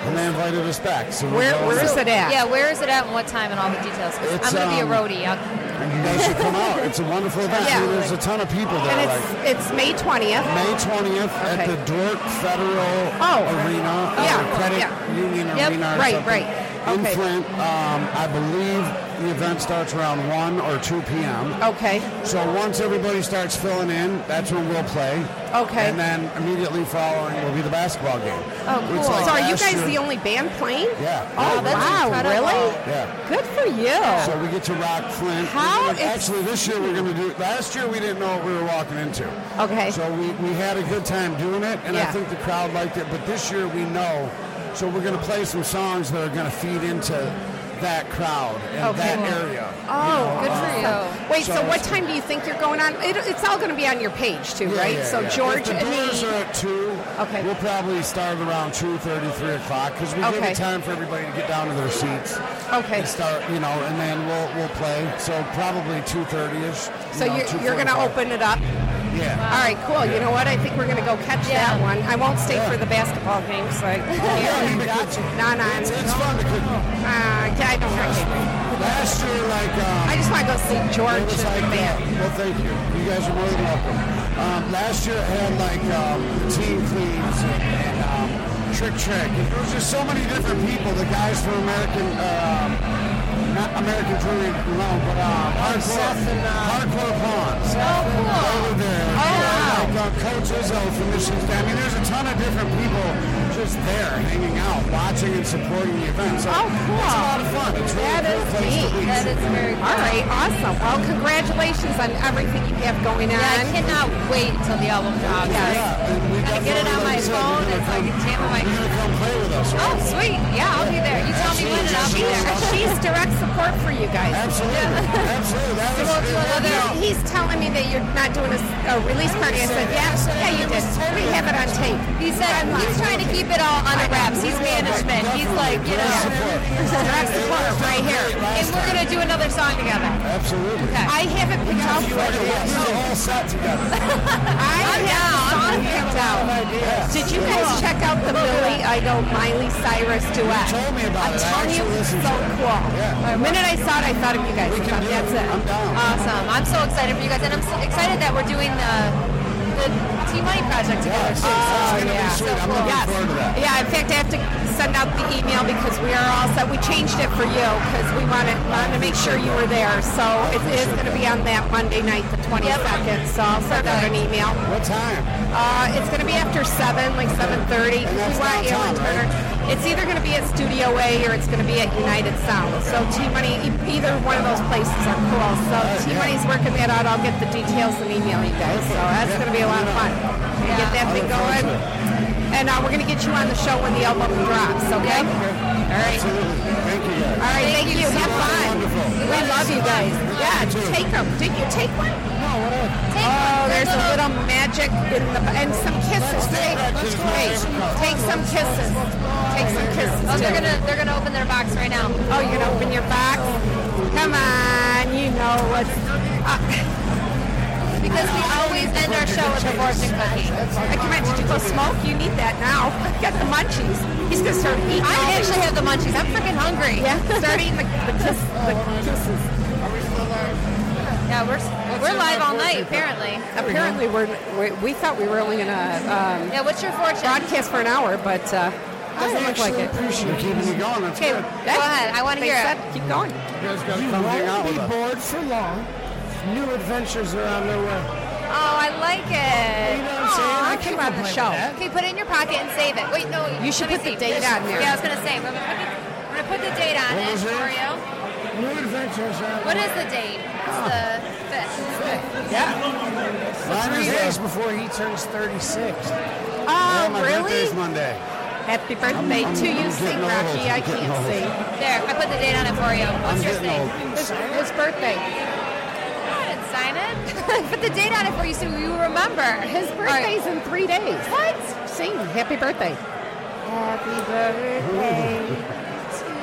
and they invited us back. So we're
Where-
going
where's
back.
it at?
Yeah, where is it at and what time and all the details? 'Cause
It's,
I'm going to be a
um,
roadie. I'll,
And you guys should come out. It's a wonderful event.
Yeah.
I mean, there's a ton of people there.
And
like
it's it's May 20th.
May 20th at
Okay.
the Dork Federal
Oh.
Arena,
Yeah,
or Credit
yeah.
Union
Yep,
Arena. Or
right,
something.
right.
in
Okay.
Flint. Um, I believe the event starts around 1 or 2 p.m.
Okay.
So once everybody starts filling in, that's when we'll play.
Okay.
And then immediately following will be the basketball game.
Oh, cool.
It's like
so are you
last
guys
year-
the only band playing?
Yeah.
Oh,
We're-
wow,
incredible.
really?
Yeah.
Good for you.
So we get to rock Flint. We're
How
gonna-
is-
actually, this year we're going to do. Last year we didn't know what we were walking into.
Okay.
So we, we had a good time doing it, and
Yeah.
I think the crowd liked it. But this year we know, so we're going to play some songs that are going to feed into that crowd and
Okay.
that area. uh,
Oh,
Good for you.
Wait, so,
So-
what time do you think you're going on? It, it's all going to be on your page too,
Yeah,
right?
yeah,
so
yeah.
George
If the
and
doors
me.
are at two.
Okay.
We'll probably start around two thirty, three o'clock because we give
Okay.
it time for everybody to get down to their seats.
Okay.
And start, you know, and then we'll we'll play. So probably two thirty ish.
so you're, you're going to open it up.
Yeah.
All right, cool. You know what? I think we're going to go catch
Yeah.
that one. I won't stay
Yeah.
for the basketball game, so I
yeah,
can't.
you got you.
No, no,
It's,
I'm-
it's fun to cook.
uh, yeah, I don't have to.
Last year, like. Um,
I just want to go see
It
George
was
and
like,
the band.
uh, well, thank you. You guys are more than welcome. Um, last year it had like um, the Team Thieves and, and um, Trick Trick. And There was just so many different people. The guys from American, um, not American Touring, no, but um,
Oh,
Hardcore,
uh,
Hardcore Pawns.
Oh, cool.
Over there. Oh,
wow.
Like, uh, Coach Izzo from Michigan State. I mean, there's a ton of different people just there hanging out, watching and supporting the event. So
Oh, cool.
It's a lot of fun. It's really
That
a cool
is
place to
neat.
be.
That is very cool.
All right, awesome. Well, congratulations on everything you have going on.
Yeah, I cannot wait until the album drops.
Yeah.
Yeah, and we
I
definitely,
get it on
like
my
you said,
phone
you're
and so I
gonna
can jam on
come- You're
my.
gonna come play with us,
Oh,
right?
sweet. Yeah, I'll be there. You tell me when and I'll be there.
She's direct support for you guys.
Absolutely, absolutely. That was
Well,
it-
well,
that-
there-
no.
he's telling me that you're not doing a, s- a release party. I said, yeah, yeah, you did. We have it on tape.
He said he's trying to keep it all under wraps. He's management. He's like, you know.
Direct support right here.
And we're gonna do another song together.
Absolutely.
Okay.
I have it picked out for
We're
you.
the whole set together.
I have it picked out.
Yeah.
Did you guys check out the Billy Idol Miley Cyrus duet?
told me about
I'm
it. I
telling you,
actually
it's
listened
so
to it.
cool.
Yeah.
The minute I saw it, I thought of you guys.
We can do it.
That's it.
I'm down.
Awesome. I'm so excited for you guys, and I'm so excited that we're doing the the T Money project together
It's
too. So,
gonna be
yeah.
sweet. I'm looking
yes.
forward to that.
Yeah, in fact, I have to send out the email because we are all set. We changed it for you because we wanted, wanted to make sure you were there. So it is going to be on that Monday night, the 22nd. So I'll send out an email.
What time?
Uh, it's going to be after 7, like 7.30.
And
We
that's
want you
downtown,
in Turner. It's either going to be at Studio A or it's going to be at United Sound. So T-Money, e- either one of those places are cool. So T-Money's working that out. I'll get the details and email you guys. So that's going to be a lot of fun. Get that thing going. And uh, we're going to get you on the show when the album drops, okay? All right.
Absolutely. Thank you guys.
All right, thank, you. Have fun.
Wonderful.
We love you guys. Yeah, take them. Did you take one? No, what
Take
Oh,
one.
there's a little magic in the and some kisses. Take, wait, take some kisses. Take some kisses.
Oh, they're
too.
gonna they're gonna open their box right now.
Oh, you're gonna open your box. Come on, you know what?
Because we always end our show with a fortune cookie.
Come on, did you go smoke? You need that now. Got the munchies. He's gonna start eating. all
I
these.
actually have the munchies. I'm freaking hungry.
yeah, start eating the, the, kiss, the kisses.
Yeah, we're s- we're live all night apparently.
Apparently, we're, we we thought we were only gonna um,
Yeah, what's your fortune?
broadcast for an hour, but uh, doesn't
I
look
actually
like it.
appreciate keeping you going. That's
Okay,
good.
Go ahead. I want to
They
hear
said
it.
keep going.
You guys got to
You
come hang out
won't be
with us.
bored for long. New adventures are on their way.
Oh, I like
You
it.
know what I'm saying? I
Aw, come
can't
on.
complain with
show.
that.
Okay, put it in your pocket and save it. Wait, no.
You should
let me
put the date
see.
on there.
Yeah, I was gonna say. We're gonna put the- we're gonna put the date on
What
it
was it?
for you.
New adventures are on
What
their
is the date? It's the fifth.
Mine
Three
is
days
this.
before he turns 36.
Yeah,
Oh,
my birthday's
really?
Monday.
Happy birthday
I'm-
to you,
I'm
sing
getting old.
Rocky. I
I'm getting
can't
old.
sing.
There, I put the date on it for you. What's
I'm
your
getting
name?
old.
His, his birthday.
Good, Simon. put the date on it for you so you remember.
His birthday's in three days. What? Sing. Happy birthday. Happy birthday.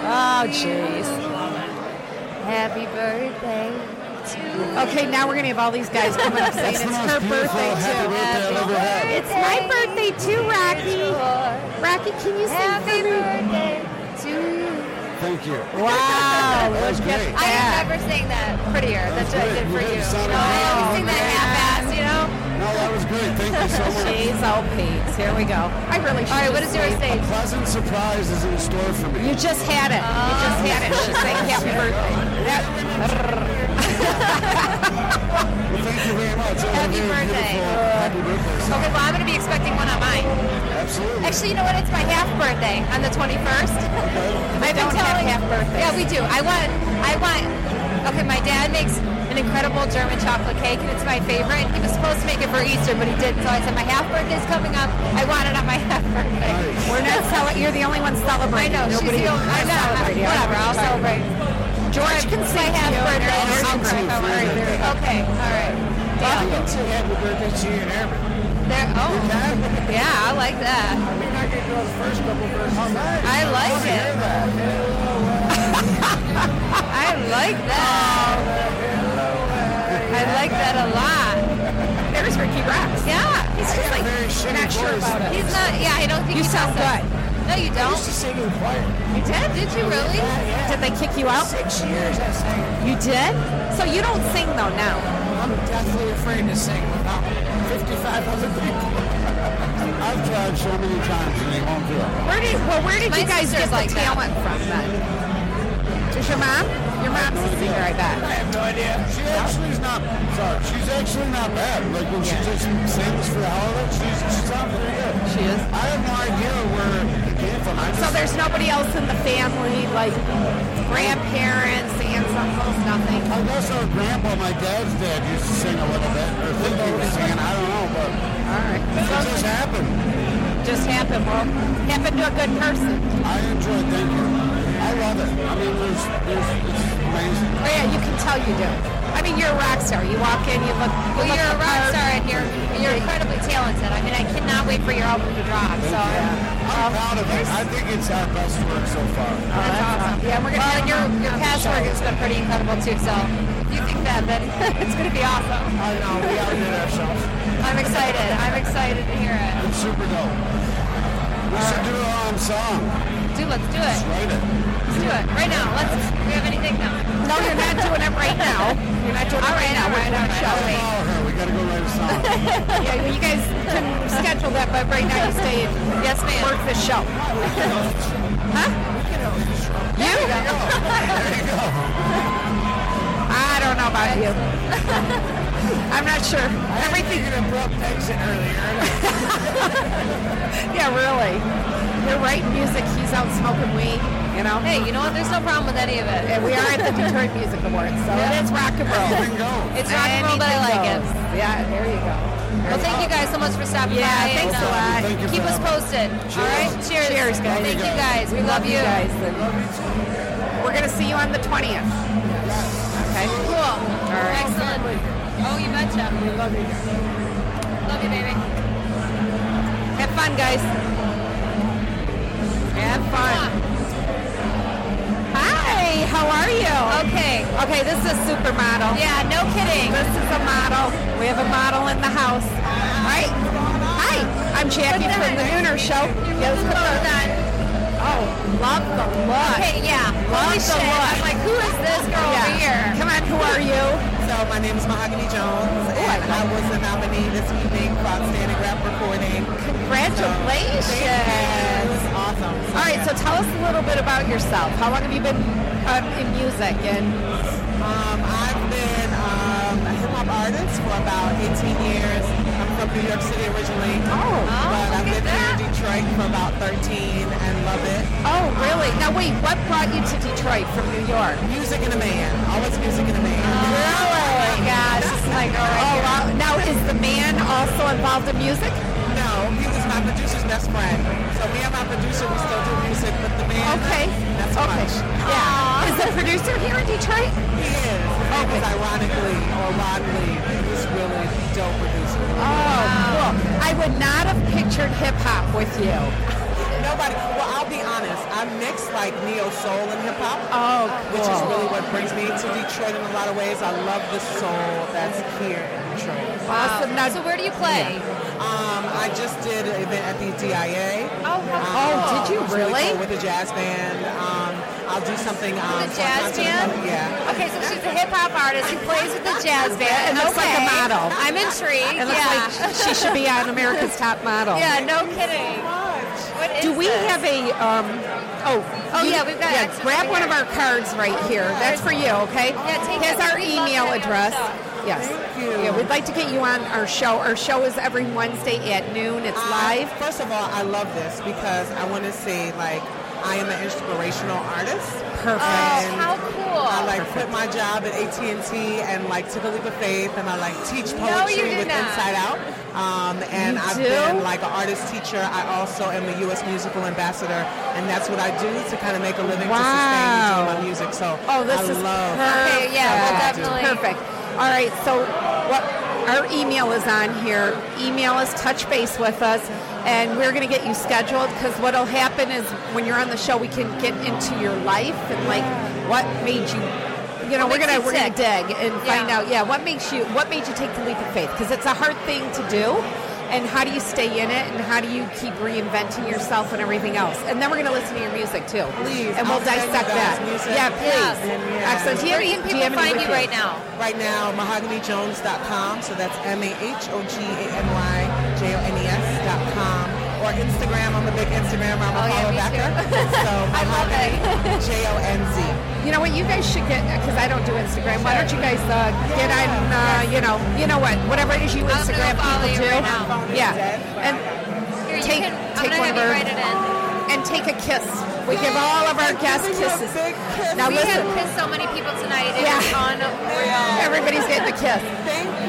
oh, jeez.
Happy birthday to
Okay, now we're going to have all these guys coming up saying
It's
it's
the most
her
beautiful
birthday,
happy
too.
birthday I've ever had.
It's my birthday, too, Rocky. Rocky, can you sing
Happy
for me?
birthday to you.
Thank you.
Wow.
That was
look at
great.
I
that.
have never sang that prettier. That's what I
great.
did for
You
you.
did
You
sound
know, I
amazing.
always sing that half-ass, you know?
No, that was great. Thank you
Shades all peeps. Here we go. I really should.
All right, what is
just
your
leave.
stage?
Pleasant surprise is in store for me.
You just had it. you just had it. She sang
Oh.
happy birthday. That-
Well, thank you very much. That was a
Happy
very
birthday.
beautiful Happy birthday. song.
Okay, well, I'm going to be expecting one on mine.
Absolutely.
Actually, you know what? It's my half birthday on the 21st.
I
I've been
don't have
telling-
half birthdays.
Yeah, we do. I want. I want. Okay, my dad makes an incredible German chocolate cake, and it's my favorite. He was supposed to make it for Easter, but he didn't. So I said, my half birthday's coming up. I want it on my half birthday.
We're not celebrating. You're the only one
I
celebrating.
know. She's
Nobody
the only. I
I'm
know.
celebrating.
Whatever. I'll
Sorry.
celebrate.
George can
My
sing.
half
you.
birthday.
George
I'll
can
cry.
sing.
All right. Okay. All right.
I
Deal.
can say happy birthday to you and Aaron.
There. Oh. Yeah, I like that.
You're not going to go the first couple verses. All right.
I like it. I like that. I like that a lot.
There's Ricky Rex.
Yeah.
He's just like
very shitty
not sure
voice.
about it.
He's not. Yeah, I don't think
You
he
sound
does that.
good.
No, you
I
don't.
used to sing in choir.
You did? Did you really?
Did they kick you out?
Six years I sang.
You did? So you don't sing though now.
I'm deathly afraid to sing without 55 other people.
I've tried so many times and they won't do it.
Where did well where did
My
you guys get
sister's
the
like that.
talent from then? Does your mom? Your mom's a singer, I bet.
I have no idea.
She actually is not. Sorry, she's actually not bad. Like when she just sings for the hell of it, she's she's not very good.
She is.
I have no idea where it came from. I just,
So there's nobody else in the family, like grandparents, aunts, uncles, nothing.
I guess our grandpa, my dad's dad, used to sing a little bit, or think he was singing. I don't know, but
All right.
it just happened.
Just happened, well, happened to a good person.
I enjoy. it. Thank you. I love it. I mean, there's, there's, it's amazing.
Oh yeah, you can tell you do. I mean, you're a rock star. You walk in, you look. You
Well,
look
you're a
the
rock
part.
star and you're you're incredibly talented. I mean, I cannot wait for your album to drop.
Um,
So
I'm proud of it. I think it's our best work so far.
that's awesome. Yeah, we're gonna. Well, and your your past work has been pretty incredible too. So if you think that, then it's gonna be awesome.
I know. We outdid ourselves.
I'm excited. I'm excited to hear it.
It's super dope. We should do our own song.
Do let's do it.
Write it.
Let's do it right now. Let's. Do we have anything now?
No, you're not doing it right now. You're not doing it
All
right,
right,
now.
all
We're
right,
doing a
all right.
show.
All right.
Call her. Oh, We gotta go write a song.
Yeah, well, you guys can schedule that, but right now you stay and
Yes, ma'am.
work the show. huh? You? I don't know about you. I'm not sure. Everything.
Speaking of abrupt exit earlier,
Yeah, really. You're writing music. He's out smoking weed. You know.
Hey, you know what? There's no problem with any of it.
And we are at the Detroit Music Awards, so it is rock and
Oh,
roll.
It's rock and roll, but I like it.
Anything goes. Yeah, there you go.
Well, thank you guys so much for stopping
Yeah,
by.
thanks
and, uh,
a lot.
Thank you
Keep
for
us
having
posted. All right, cheers.
Cheers, guys.
Thank you guys. We love you.
guys. And We're gonna see you on the twentieth. Okay.
Cool.
right.
Excellent. Oh, you betcha. We love you. Love you, baby.
Have fun, guys. Have fun. Hi. How are you?
Okay.
Okay. This is a supermodel.
Yeah, no kidding.
This is a model. We have a model in the house. All right. Hi. I'm Jackie from the Nooner Show. Yes,
Clothes on.
Oh, love the look.
Okay, yeah.
Love
Holy
the
shit.
look.
I'm like, who is this girl
Yeah.
over here?
Come on. Who are you?
So my name is Mahogany Jones, and I was a nominee this evening for Outstanding Rap Recording.
Congratulations.
It was awesome. So,
All right, so tell us a little bit about yourself. How long have you been um, in music? And
um, I've been um, a hip hop artist for about 18 years. I'm from New York City originally,
oh,
but I've
look at
lived here
that.
in Detroit for about 13 and love it.
oh, really? Now wait, what brought you to Detroit from New York?
Music and a man, always music and a man.
Oh my gosh!
This is like,
Oh,
all right.
wow. Now is the man also involved in music?
No, he was my producer's best friend. So me and my producer, we still do music, but the man,
Okay.
that's
okay.
much.
Yeah. Is the producer here in Detroit?
He is. Because ironically, or oddly, he's really dope producer.
Oh, cool. I would not have pictured hip hop with you.
Nobody, well, I'll be honest, I mix like neo soul and hip hop.
Oh,
Which is
cool.
really what brings me to Detroit in a lot of ways. I love the soul that's here in Detroit.
Awesome. Now,
So where do you play?
Um, I just did an event at the DIA.
Oh, how
Um,
cool.
Oh, did you
it was
really?
cool with a jazz band. Um, I'll do something. Um,
The
for a
jazz
concert.
band?
Yeah.
Okay, so she's a hip hop artist who plays with the jazz band.
It looks like a
Okay.
model.
I'm intrigued.
It looks
yeah.
like she should be on America's Top Model.
Yeah, no kidding. What is
Do we
this?
have a? Um, oh,
Oh,
you-
yeah, we've got
Yeah,
extras
grab
over
one
here.
of our cards right here. That's for you, okay?
Yeah, take
Here's
it.
our
We'd love to
email
have you on the
address.
show.
Yes. Thank you. Yeah, we'd like to get you on our show. Our show is every Wednesday at noon. It's
Ah.
live.
Oh,
First of all, I love this because I want to say like I am an inspirational artist. Perfect.
Oh, how cool.
I like quit my job at AT and T and like took a leap of faith and I like teach
No, you
poetry
did
with
not.
Inside Out. Um, and
You
I've
do?
been like an artist teacher. I also am a U.S. musical ambassador, and that's what I do to kind of make a living to sustain me doing my music. So
Oh, this
I
is
love.
Okay, yeah,
I
we'll
love
definitely-
it.
Perfect. All right, so what our email is on here. Email us, touch base with us, and we're going to get you scheduled because what'll happen is when you're on the show, we can get into your life and like what made you. You know,
What
we're
makes
gonna
you
we're gonna
tick?
dig and find
Yeah.
out. Yeah, what makes you what made you take the leap of faith? Because it's a hard thing to do, and how do you stay in it? And how do you keep reinventing yourself and everything else? And then we're gonna listen to your music too,
Please,
and we'll
I'll send you
dissect
guys
that.
music.
Yeah, please.
Yes. Yeah.
Excellent. Do you have any-
Where can
do you
people
have any
find
with
you right now?
Right now, mahoganyjones.com. So that's M A H O G A N Y J O N E S dot com. Or Instagram. I'm a big Instagram. I'm a
Oh, yeah,
follow
me
backer.
too.
so
I love it.
mahogany J O N Z.
You know what? You guys should get because I don't do Instagram. Why don't you guys uh, get on? Uh, you know, you know what? Whatever it is you
I'm gonna
Instagram
follow
people do,
you right now.
yeah, and
Here, you
Take-
can, I'm
take
gonna
one
have
word.
you write it in.
and take a kiss. We give all of our guests kisses. Now
we
listen,
have kissed so many people tonight. It
Yeah.
is unreal.
everybody's getting a kiss.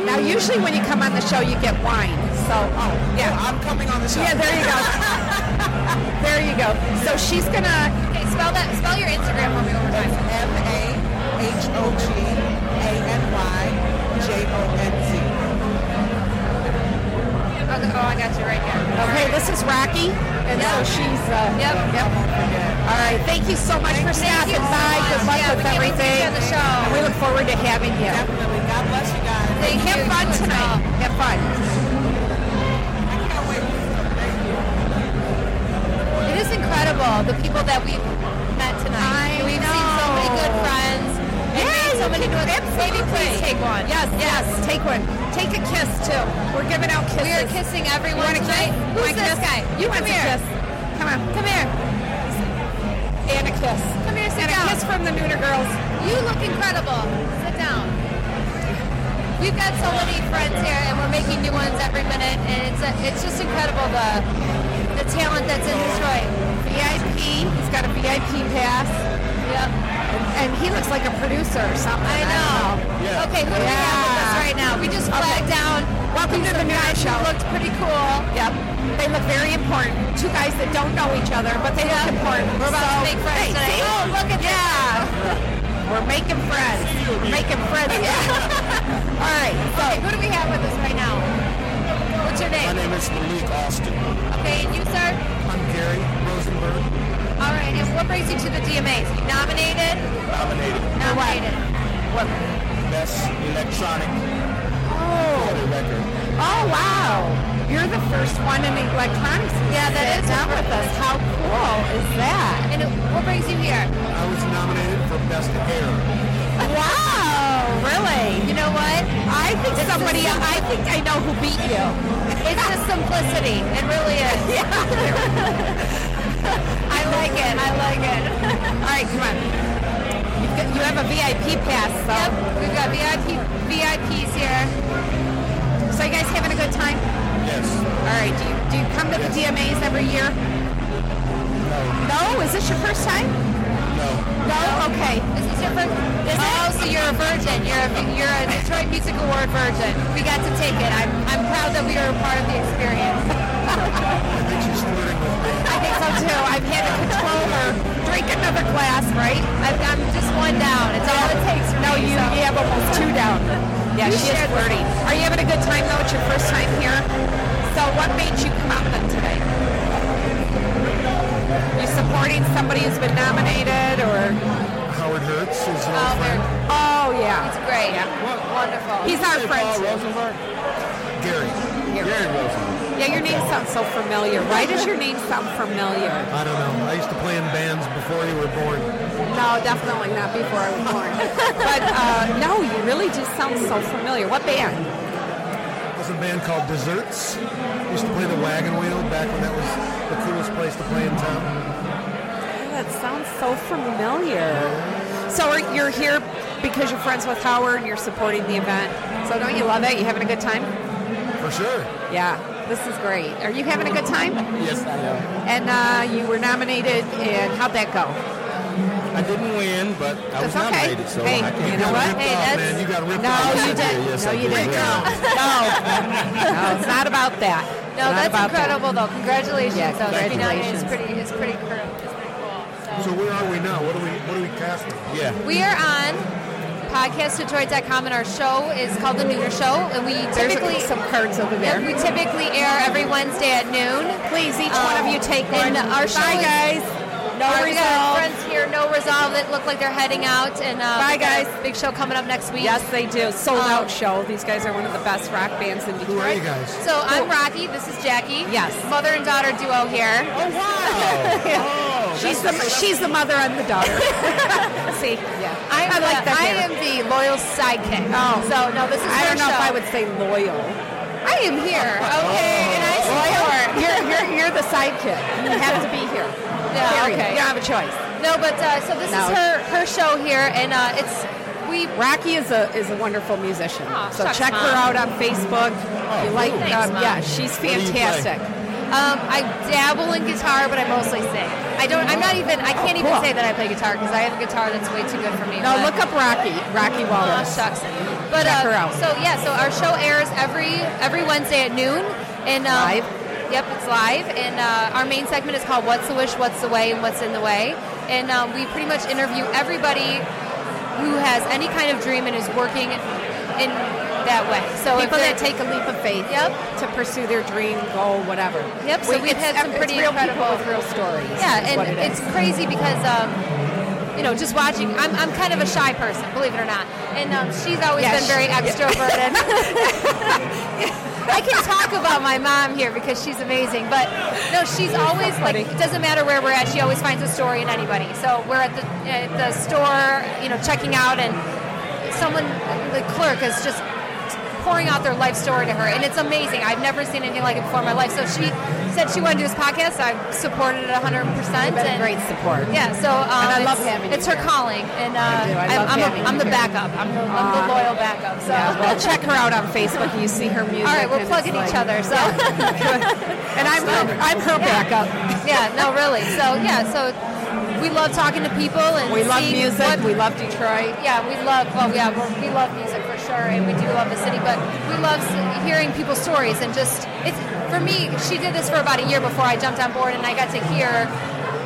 Now usually when you come on the show, you get wine. So oh yeah,
I'm coming on the show.
yeah. There you go. there you go. So she's gonna.
Okay, spell that. Spell your Instagram for me one more time.
M A H O G A N Y J O N Z.
Okay, oh, I got you right here.
Okay, this is Rocky, and so
Yep.
she's. Uh,
Yep.
All right. Thank you so much for stopping by. Good luck
Yeah,
with
we can't wait to
everything.
see you on the show.
And we look forward to having you.
Definitely. God bless you guys.
Thank
Have
you.
fun
You as
tonight.
well.
Have fun.
It is incredible the people that we've met tonight.
I
we've seen so many good
know.
friends. and made so many good. Maybe please take one.
Yes, yes. Take one. Take a kiss too. We're giving out kisses.
We are kissing everyone
You want a
tonight.
kiss?
Who's
Want a
this
kiss?
guy?
You
Come
want a
here.
kiss? Come on.
Come here.
And a kiss.
Come here. Sit
And a
down.
kiss from the Nooner girls.
You look incredible. Sit down. We've got so many friends here, and we're making new ones every minute, and it's a, it's just incredible the the talent that's in Detroit.
VIP. He's got a VIP pass,
Yep,
and he looks like a producer or something.
I know.
Yeah.
Okay, who do we have with us
Yeah.
right now? We just flagged down.
Welcome to the Nooner
Guys, you
Show.
looked pretty cool.
Yep. They look very important. Two guys that don't know each other, but they look important.
We're about to
So-
make friends
Hey,
today.
see?
Oh, look at
Yeah. We're making friends. We're making friends. All right. So
Okay, who do we have with us right now? What's your
My
name?
name is Malik Austin.
Okay, and you, sir?
I'm Gary Rosenberg,
All right, and what brings you to the DMAs? You nominated?
nominated
Nominated.
Best Electronic
oh,
Record.
oh wow. You're the first one in electronics.
Yeah, that
that
is
down with us. How cool is that?
And what brings you here?
I was nominated for Best Hair.
Wow. Really?
You know what?
I think
It's
somebody.
the-
I think I know who beat you.
It's the simplicity. It really is. I like it. I like it.
All right, come on. You've got, you have a VIP pass, so
Yep, we've got VIP VIPs here.
so you guys having a good time?
Yes.
All right. Do you, do you come to the DMAs every year?
No.
No. Is this your first time?
No.
No. Okay.
This is your first. oh, so you're a virgin. You're a you're a Detroit Music Award virgin. We got to take it. I'm I'm proud that we are a part of the experience.
I think she's flirting with me.
I think so too. I've had to control her. Drink another glass, right?
I've got just one down. It's all it takes. For
No,
me,
you,
so.
you have almost two down. Yeah, she is flirty. Are you having a good time though? It's your first time here. So what made you come out then today? You supporting somebody who's been nominated or?
Howard Hertz is an old
Oh, they're
friend.
Oh yeah.
great. Wonderful.
He's our
Paul
friend.
Rosenberg? Gary. Gary Rosenberg.
Yeah, your name sounds so familiar. Why does your name sound familiar?
I don't know. I used to play in bands before you were born.
No, definitely not before I was born. but uh, no, you really just sound so familiar. What band?
was a band called Desserts. Used to play the Wagon Wheel back when that was the coolest place to play in town.
That sounds so familiar. So are- you're here because you're friends with Howard and you're supporting the event. So don't you love it? You having a good time?
For sure.
Yeah, this is great. Are you having a good time?
Yes, I am.
And uh, you were nominated, and how'd that go?
I didn't win, but I was
That's okay.
nominated, so
Hey,
I can't.
you know what? Hey, that's-
man. You got ripped
No,
off.
you
Yes, I
didn't.
Yes,
No,
I
you
did.
didn't.
Yeah.
No, it's not about that.
No,
Not
that's
about that.
incredible though. Congratulations,
Yeah,
though. That Finale
congratulations.
is pretty, is pretty cool. It's pretty cool.
So where are we now? What are we? What are we casting? Yeah.
We are on podcastdetroit.com and our show is called The Nooner Show and we
There's
typically
some cards over there.
Yep, we typically air every Wednesday at noon. Um,
Please, each one of you take
and
one.
Our show
Bye,
is-
guys. No
our- We got
resolve.
friends here, no resolve that look like they're heading out. And uh,
Bye,
we got a
guys.
Big show coming up next week.
Yes, they do. Sold out show. These guys are one of the best rock bands in Detroit. Who
are you guys?
So I'm Rocky. This is Jackie.
Yes.
Mother and daughter duo here. Oh
wow. she's the she's the mother and the daughter. See, yeah, I,
I'm
like
the-
that.
I
better.
am the loyal sidekick.
Oh,
So no, this is
I
her
don't know if
show.
I would say loyal.
I am here. Okay, and I support.
Loyal. You're, you're you're the sidekick. You have to be here.
Yeah,
Period.
okay.
You don't have a choice.
No, but uh, so this
No.
is her her show here, and uh, it's we.
Rocky is a is a wonderful musician.
Aw,
so
shucks,
check her
Oh, Mom.
out on Facebook. If you like,
Thanks,
um,
Mom.
yeah, she's
Oh, What do you play?
fantastic.
Um, I dabble in guitar, but I mostly sing. I don't. I'm not even. I can't even
cool.
say that I play guitar because I have a guitar that's way too good for me.
No,
but-
look up Rocky, Rocky
Aw,
Wallace.
shucks. But
Check
uh,
her out.
so yeah, so our show airs every every Wednesday at noon, and um,
Live?
Yep, it's live, and uh, our main segment is called "What's the Wish, What's the Way, and What's in the Way," and um, we pretty much interview everybody who has any kind of dream and is working in that way. So if
people
they're-
that take a leap of faith to pursue their dream, goal, whatever.
Yep, so we've
it's-
had some
it's
pretty
real
incredible
people with real stories.
Yeah,
is
and
what it
it's
is.
crazy because um, you know, just watching. I'm, I'm kind of a shy person, believe it or not, and um, she's always
Yeah,
been very
she- yeah.
extroverted. I can talk about my mom here because she's amazing, but no, she's always like it doesn't matter where we're at. She always finds a story in anybody. So we're at the at the store, you know, checking out, and someone, the clerk, is just pouring out their life story to her, and it's amazing. I've never seen anything like it before in my life. So she said she wanted to do this podcast. I supported it 100. percent
You've been great support.
Yeah, so um,
And I
it's,
love having you
It's her
here.
calling, and uh,
I do. I love
am
having
I'm
you
the
here.
backup. I'm the, I'm the
Aw.
loyal backup. So
Yeah, well, check her out on Facebook. You see her music.
All right,
and
we're
it's
plugging
like-
each other. So
and I'm her, I'm her backup.
yeah, no, really. So yeah, so we love talking to people and
We love
seeing
music.
what-
we love Detroit.
yeah, we love. Well, yeah, we're, we love music for sure, and we do love the city. But we love s- hearing people's stories and just it's for me. She did this for about a year before I jumped on board, and I got to hear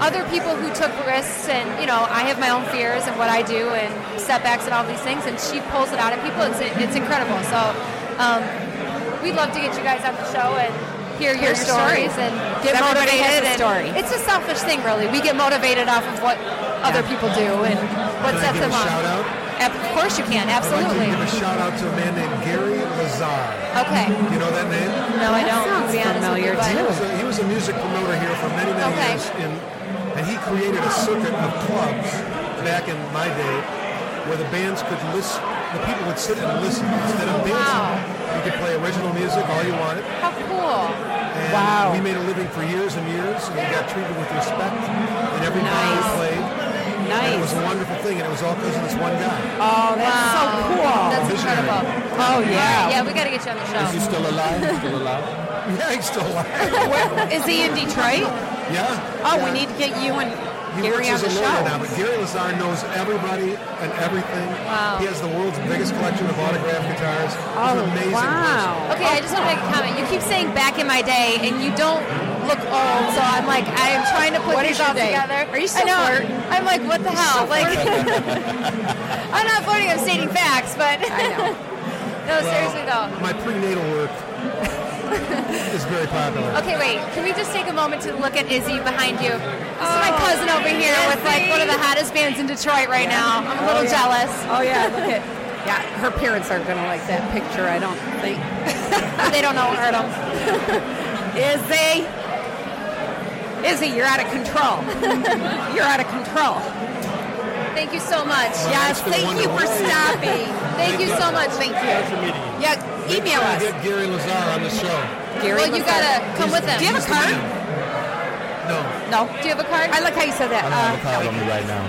other people who took risks. And you know, I have my own fears and what I do and setbacks and all these things, and she pulls it out of people. It's it's incredible. So um, we'd love to get you guys on the show and. Hear,
Hear
your
your story.
stories and get
Everybody has
motivated.
a
and
story.
It's a selfish thing, really. We get motivated off of what other people do and what
Can I
sets
give
them
a
on.
shout out?
Ab- Of course you can,
I'd like
absolutely.
to give a shout out to a man named Gary Lazar.
Okay.
You know that name?
No, I don't. to be honest with you,
He was,
but
a, he was a music promoter here for many, many
Okay.
years, in, and he created a circuit of clubs back in my day where the bands could listen, the people would sit and listen instead of dancing. You could play original music all you wanted.
how cool.
And
Wow.
We made a living for years and years, and we got treated with respect in every band we played. And it was a wonderful thing, and it was all because of this one guy.
Oh, that's so
Wow.
cool.
That's incredible.
Oh,
All
yeah.
right, yeah, we got to get you on the show.
Is he still alive? Still alive?
Yeah, he's still alive.
Is he in Detroit?
Yeah.
Oh, we
Yeah.
need to get you and
He
Gary
works
on
as a
the
lawyer now,
show.
but Gary Lazar knows everybody and everything.
Wow.
He has the world's biggest collection of autographed guitars. He's
Oh,
an amazing
wow.
Okay, I just want to make a comment. You keep saying back in my day, and you don't look old, so I'm like, I am trying to put
What is
these
your
all
day?
together.
Are you still
I know.
flirting?
I'm like, what the hell? Like, I'm not flirting. I'm stating facts, but
I know.
no,
Well,
seriously though.
My prenatal work is very popular.
Okay, wait. Can we just take a moment to look at Izzy behind you? This is my cousin over here with like one of the hottest bands in Detroit right now. I'm a little
yeah.
jealous.
Oh, yeah, look at Yeah, her parents aren't going to like that picture, I don't think.
But they don't know Erdem.
Izzy! Izzy, you're out of control. you're out of control.
Thank you so much.
Yes, thank you for stopping.
Thank you so much.
Thank you. Yeah, email
Trying to
us.
get Gary Lazar on the show.
Gary
well, you
Lazar.
gotta come with them.
Do you have a card?
No.
No.
Do you have a card?
I like how you said that. Uh,
I don't have a card on me right now.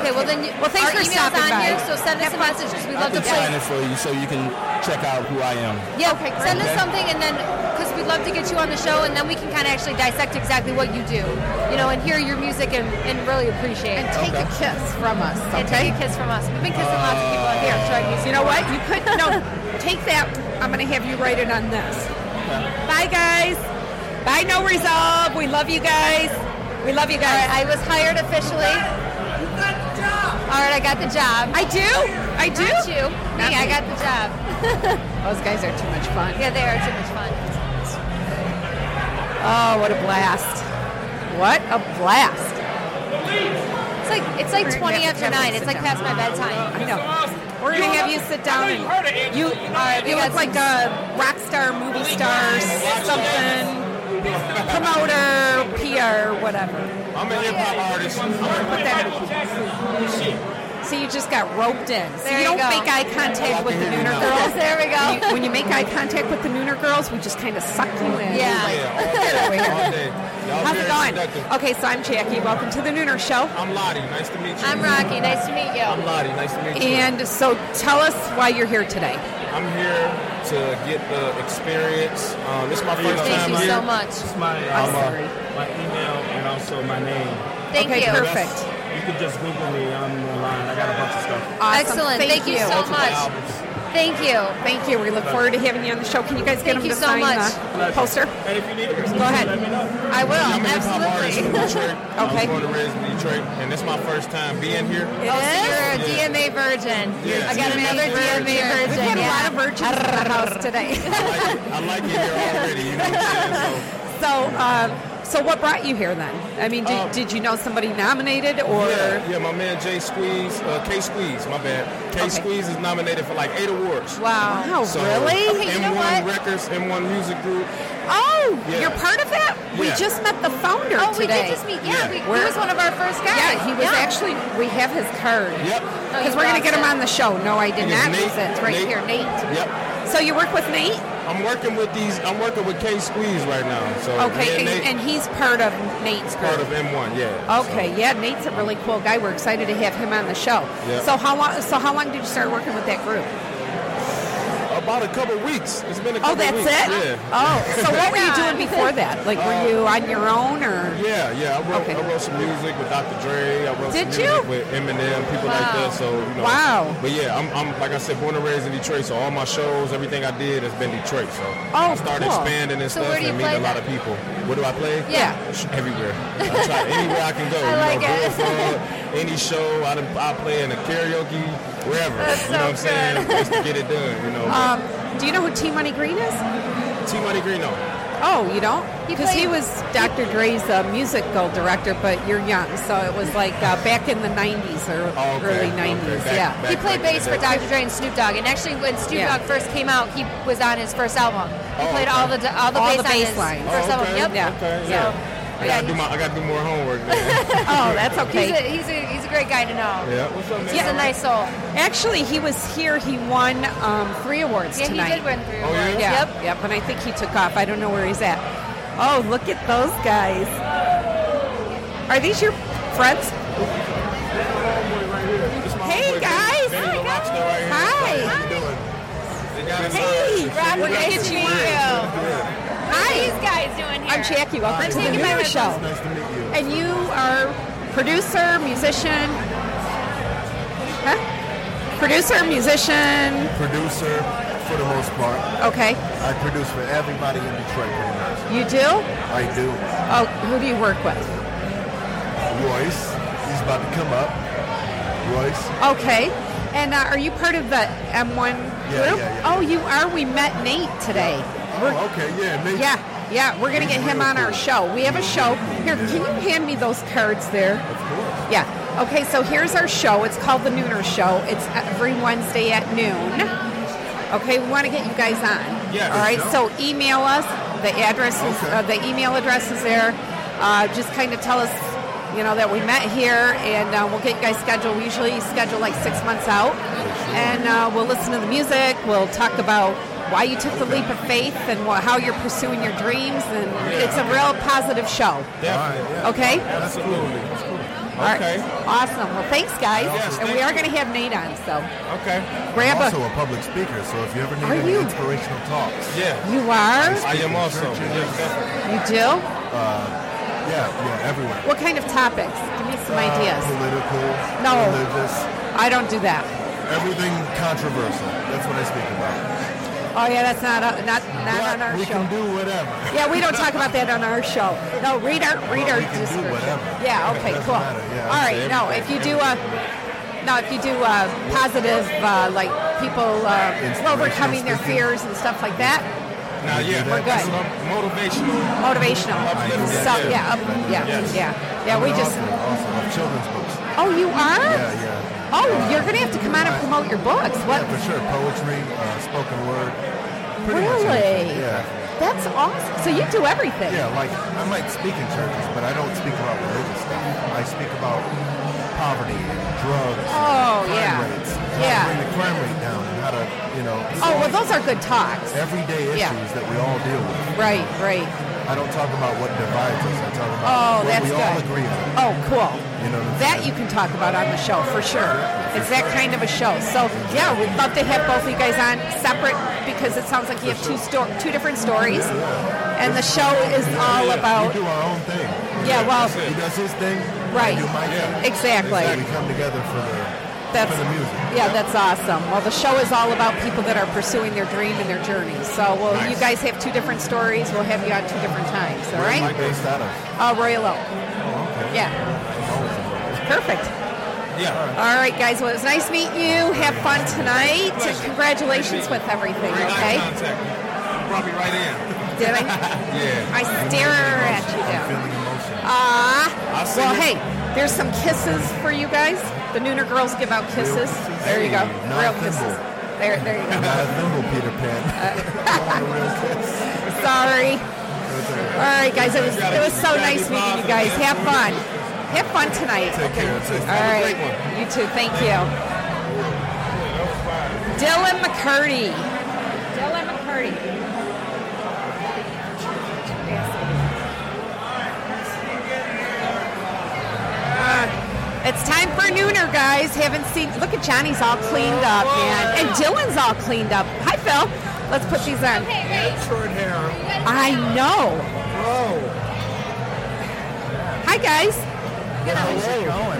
Okay, well then, you,
Well, thanks
our
for
email's
stopping
on
by.
you, so send us a message. 'cause We'd
I
love to
can
play.
sign it for you so you can check out who I am.
Yeah, send us
Okay.
something, and then because we'd love to get you on the show, and then we can kind of actually dissect exactly what you do, you know, and hear your music and, and really appreciate. And
take a kiss from us.
And take a kiss from us. We've been kissing lots of people out here. Try music.
You know what? You could no. Take that. I'm gonna have you write it on this. Bye guys. Bye no resolve. We love you guys. We love you guys.
I was hired officially. All right, I got the job.
I do. I do.
Not you.
Not
Me, I
me.
got the job.
Those guys are too much fun.
yeah, they are too much fun.
Oh, what a blast! What a blast!
It's like it's like twenty after nine. It's like past my bedtime.
I know. We're gonna have you sit down and you you look like a rock star, movie star, something promoter, PR, whatever.
I'm a hip hop artist.
Put that- So you just got roped in. So
There
you
you
don't
go.
make eye contact with the Nooner girls.
There we go.
When you, when you make eye contact with the Nooner girls, we just kind of suck you in.
Yeah. All day. All day. Y'all
How's
very
it going?
seductive.
Okay, so I'm Jackie. Welcome to the Nooner Show.
I'm Lottie. Nice to meet you.
I'm Rocky. Nice to meet you.
I'm Lottie. Nice to meet you.
And so tell us why you're here today.
I'm here to get the experience. Um, this is my first
Thank
time
you
here.
so much.
My,
I'm, uh,
my email and also my name.
Thank
okay,
you.
perfect.
You can just Google me. I'm online. I got a bunch of stuff.
Awesome.
Excellent. Thank, you. so much. Thank you.
Thank you. We look forward to having you on the show. Can you guys get them
Thank you
to
so
sign
much.
the poster?
And if you need it,
Go ahead.
I will.
I'm a hip hop artist from
Oh, Absolutely.
Detroit. I was
Okay.
born and raised in Detroit, and this is my first time being here.
Oh, so you're a DMA virgin.
Yeah.
I got
DMA
another
virgin.
DMA virgin.
We've had
yeah.
a lot of virgins in our house today.
I like it here already. You know what I'm saying? So,
so, um, so what brought you here then? I mean, did,
Oh.
did you know somebody nominated or?
yeah, yeah, my man Jay Squeeze, uh, K Squeeze, my bad. K Squeeze is nominated for like eight awards.
Wow. Wow, really? Okay, you
M1
know what?
Records, M1 Music Group.
Oh,
Yeah.
you're part of that. We
Yeah.
just met the founder
Oh, we
today.
did just meet. Yeah,
Yeah.
we, he
Where-
was one of our first Oh, guys.
Yeah, he was actually. We have his card.
Yep.
Because we're gonna get him on the show. No, I did
His
not
Nate-
use it. It's right
Nate-
here, Nate.
Yep.
So you work with Nate?
I'm working with these. I'm working with K Squeeze right now. So me
Okay,
and
and,
Nate
and he's part of Nate's group.
part of M1. Yeah.
Okay, yeah, Nate's a really cool guy. We're excited to have him on the show.
Yeah.
So how long? So how long did you start working with that group?
About a couple weeks. It's been a couple
Oh, that's
weeks.
it.
Yeah.
Oh, so what were you doing before that? Like, were you on your own or?
Yeah, yeah. I wrote, I wrote some music with Dr. Dre. I wrote
Did
some
you?
music with Eminem, people like
Wow.
that. So you know.
Wow.
But yeah, I'm, I'm like I said, born and raised in Detroit. So all my shows, everything I did has been Detroit. So
Oh,
I started
cool.
expanding and
So
stuff
where do you
and meeting
play
a lot of people. Where do I play?
Yeah.
Sh- Everywhere. I try anywhere I can go.
I like
you know,
it.
Bullfrog, any show, I, done- I play in a karaoke, wherever.
That's
you know
so
what I'm saying? Just to get it done. You know.
Um, do you know who T Money Green is?
T Money Greeno.
Oh, you don't?
He
Because he
played-
was Dr. Dre's uh, musical director, but you're young, so it was like uh, back in the 90s or
Oh, okay,
early
okay,
90s.
back-
yeah.
back-
He played bass for
back-
Dr. Dre and Snoop Dogg, and actually, when Snoop
Yeah.
Dogg first came out, he was on his first album. He
Oh,
played
okay.
all the all the
All the
bass on his
bass lines.
first
Oh,
album.
okay,
Yep.
okay,
So,
yeah. I
yeah,
gotta do
he's-
my I gotta do more homework. man.
oh, that's okay.
He's a, he's a he's a great guy to know.
yeah. What's up, man?
He's a nice soul.
Actually, he was here. He won um, three awards
Yeah, he
tonight.
did win three
Oh, yeah?
awards.
Yeah,
Yep.
yep. And I think he took off. I don't know where he's at. Oh, look at those guys. Are these your friends? Hey guys!
Benny the Lobster right here.
Hi.
How you doing? They got us on.
Hey, Rob,
Robert, nice to meet you.
Yeah.
What are these guys doing here?
I'm Jackie. Welcome
I'm
to the
taking my
Nooner
ribbons.
Show.
Nice to meet you.
And you are producer, musician. Huh? Producer, musician.
Producer, for the most part.
Okay.
I produce for everybody in Detroit, pretty much.
You do?
I do.
Oh, who do you work with?
Royce, he's about to come up. Royce,
Okay. And uh, are you part of the
Yeah,
M1 group?
yeah, yeah.
Oh, you are. We met Nate today.
Oh, okay, yeah, Nate.
Yeah, yeah, we're gonna get him on our show. We have a show here. Can you hand me those cards there? Yeah. Okay, so here's our show. It's called the Nooner Show. It's every Wednesday at noon. Okay, we want to get you guys on.
Yeah,
All right.
sure.
So email us. The address is uh, the email address is there. Uh, just kind of tell us you know, that we met here, and uh, we'll get you guys scheduled. We usually schedule like six months out, and uh, we'll listen to the music. We'll talk about why you took the leap of faith and wha how you're pursuing your dreams, and it's a real positive show.
Definitely.
Okay?
Absolutely.
Oh. All right.
Okay.
Awesome. Well, thanks, guys.
Yes,
and
thank
we are
you.
going to have Nate on, so.
Okay.
Grab a-
I'm also a public speaker, so if you ever need
Are
any
you?
inspirational talks,
yeah,
You are?
I am also. Yes, definitely.
You do?
Uh, yeah, yeah, everywhere.
What kind of topics? Give me some
Uh,
ideas.
Political,
No.
religious,
I don't do that.
everything controversial. That's what I speak about.
Oh yeah, that's not uh, not not on our
we
show.
can do whatever.
Yeah, we don't talk about that on our show. No, read our read our description. Yeah. Okay.
Doesn't
Cool.
matter, yeah.
All right. No, if you do a no, if you do uh positive uh, like people uh, overcoming their fears and stuff like that,
Now, yeah,
We're good.
so I'm motivational.
motivational.
Uplifting,
So
yeah.
yeah, up, yeah,
Yes.
yeah, yeah. We just.
Also, of children's books.
Oh, you are.
Yeah, yeah.
Oh, you're gonna have to come out and promote your books. What?
For sure, poetry, uh, spoken word. Pretty much
Really?
anything. Yeah.
That's awesome. So you do everything.
Yeah, like I might speak in churches, but I don't speak about religious stuff. I speak about poverty, drugs,
Oh,
crime
yeah.
rates, how
Yeah.
to bring the crime rate down, and how to, you know,
Oh well, those are good talks.
everyday issues
Yeah.
that we all deal with.
Right, right.
I don't talk about what divides us. I talk about
Oh,
what
that's
we
good.
all agree on.
Oh, cool.
You know, what I'm
That you can talk about on the show for sure. It's that kind of a show. So yeah, we'd love to have both of you guys on separate because it sounds like you have two sto- two different stories, and the show is all about
we do our own thing.
Yeah, well-
he does his thing.
Right.
I do my thing.
Exactly.
And we come together for the
That's-
for the music.
Yeah, that's awesome. Well, the show is all about people that are pursuing their dream and their journey. So, well, you guys have two different stories. We'll have you on two different times. All
Where am I
right?
based out of?
Uh, Royal Oak.
Oh,
Yeah. Perfect.
Yeah.
All right, guys. Well, it was nice meeting you. Have fun tonight. And congratulations with everything. Okay.
Contact me. Brought me right in.
Did I?
Yeah.
I stare at you down.
I
Ah.
see
Well,
you.
hey, there's some kisses for you guys. The Nooner girls give out kisses. There you go.
Hey, not
Real
a
kisses.
thimble.
There, there you go.
Not a thimble, Peter
Uh,
Pan.
Sorry. All right, guys. It was it was so nice meeting you guys. Have fun. Have fun tonight. Okay. All right. You too. Thank you. Dylan McCurdy.
Dylan McCurdy.
Uh, it's time for Nooner, guys. Haven't seen. Look at Johnny's all cleaned up, man, and Dylan's all cleaned up. Hi, Phil. Let's put these on.
Short hair.
I know. Hi, guys.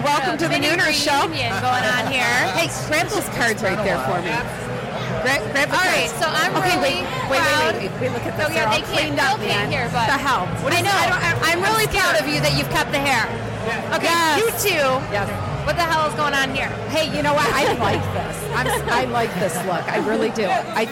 Welcome to the
Mini
Nooner Show.
reunion going on here.
Hey, grab those cards right there for me. Grab, grab the
All right,
cards.
so I'm
okay,
really
wait, wait,
proud.
wait, wait, wait, Look at this.
Oh,
They're
yeah, they
all
can't,
cleaned up,
Phil
man.
can't hear, but
the hell? What
I
is-
know.
I don't,
I, am really proud of you that you've cut the hair. Okay, you too. What the hell is going on here?
Hey, you know what? I like this. I'm, I like this look. I really do. I,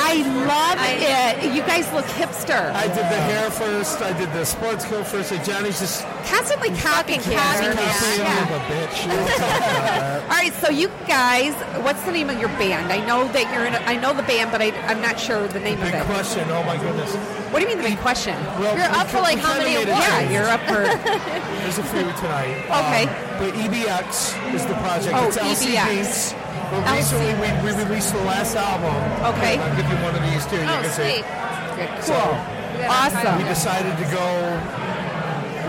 I love it. You guys look hipster.
I did the hair first. I did the sports coat first. And Johnny's just
Constantly copying
Fucking copying
Yeah.
him, a bitch.
All right, so you guys, what's the name of your band? I know that you're in. A, I know the band, but I, I'm not sure the name of it.
Question. Oh my goodness.
What do you mean the big question?
Well,
You're up for like how many awards?
Yeah, you're up for.
There's a few tonight.
Okay.
Um, but EBX is the project.
Oh,
it's LC
EBX.
Beats. But recently we, we released the last album.
Okay.
I'll give you one of these too. you
Oh,
can see.
sweet.
So,
We gotta
Awesome.
We decided to go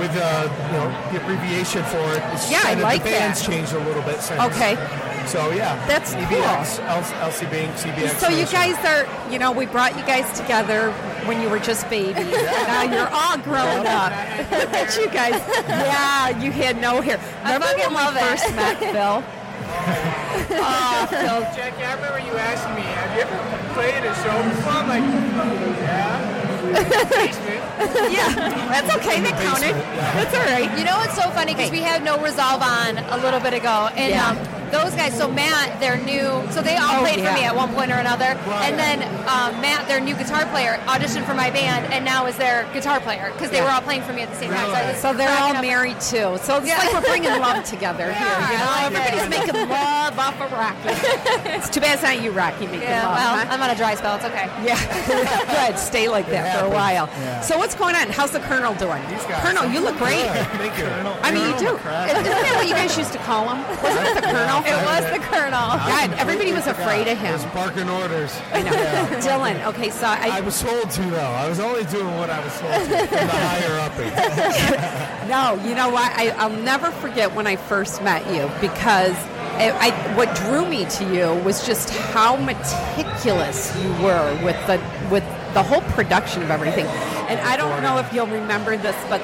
with uh, you know, the abbreviation for it. It's
Yeah, I
kind of
like
the
that.
band's changed a little bit since.
Okay.
So yeah.
That's
EBX, L- LC Banks, EBX.
So you guys are, you know, we brought you guys together when you were just babies. Now you're all grown up. Look at you guys. Yeah, you had no hair.
I
Remember when
fucking love
we
it.
first met Phil? oh, Phil.
Jackie, I remember you asking me, have you ever played a show before? I'm like, "Oh, yeah.
Yeah, that's okay. That counted. That's all right.
You know what's so funny because we had no resolve on a little bit ago, and
Yeah.
um, those guys. So Matt, their new, so they all
Oh,
played
yeah.
for me at one point or another, and then um, Matt, their new guitar player, auditioned for my band, and now is their guitar player because they
Yeah.
were all playing for me at the same time. So, I was
So they're all
cracking up.
married too. So it's
Yeah.
like we're bringing love together here. You know,
I like
everybody's
it.
making love off of Rocky. it's too bad it's not you, Rocky, making
Yeah,
love.
well,
huh?
I'm on a dry spell. It's okay.
Yeah, good. Stay like that for a a while.
Yeah.
So what's going on? How's the Colonel doing? Colonel, you look great.
Thank you.
I mean, you do. Isn't that what you guys used to call him? Was it the Colonel?
It was the Colonel.
God, everybody was afraid of him.
It's barking orders.
I know. Dylan, okay, so I,
I was told to, though. I was only doing what I was told to. from The higher upping.
no, you know what? I, I'll never forget when I first met you because it, I, what drew me to you was just how meticulous you were with the with the whole production of everything. And I don't know if you'll remember this, but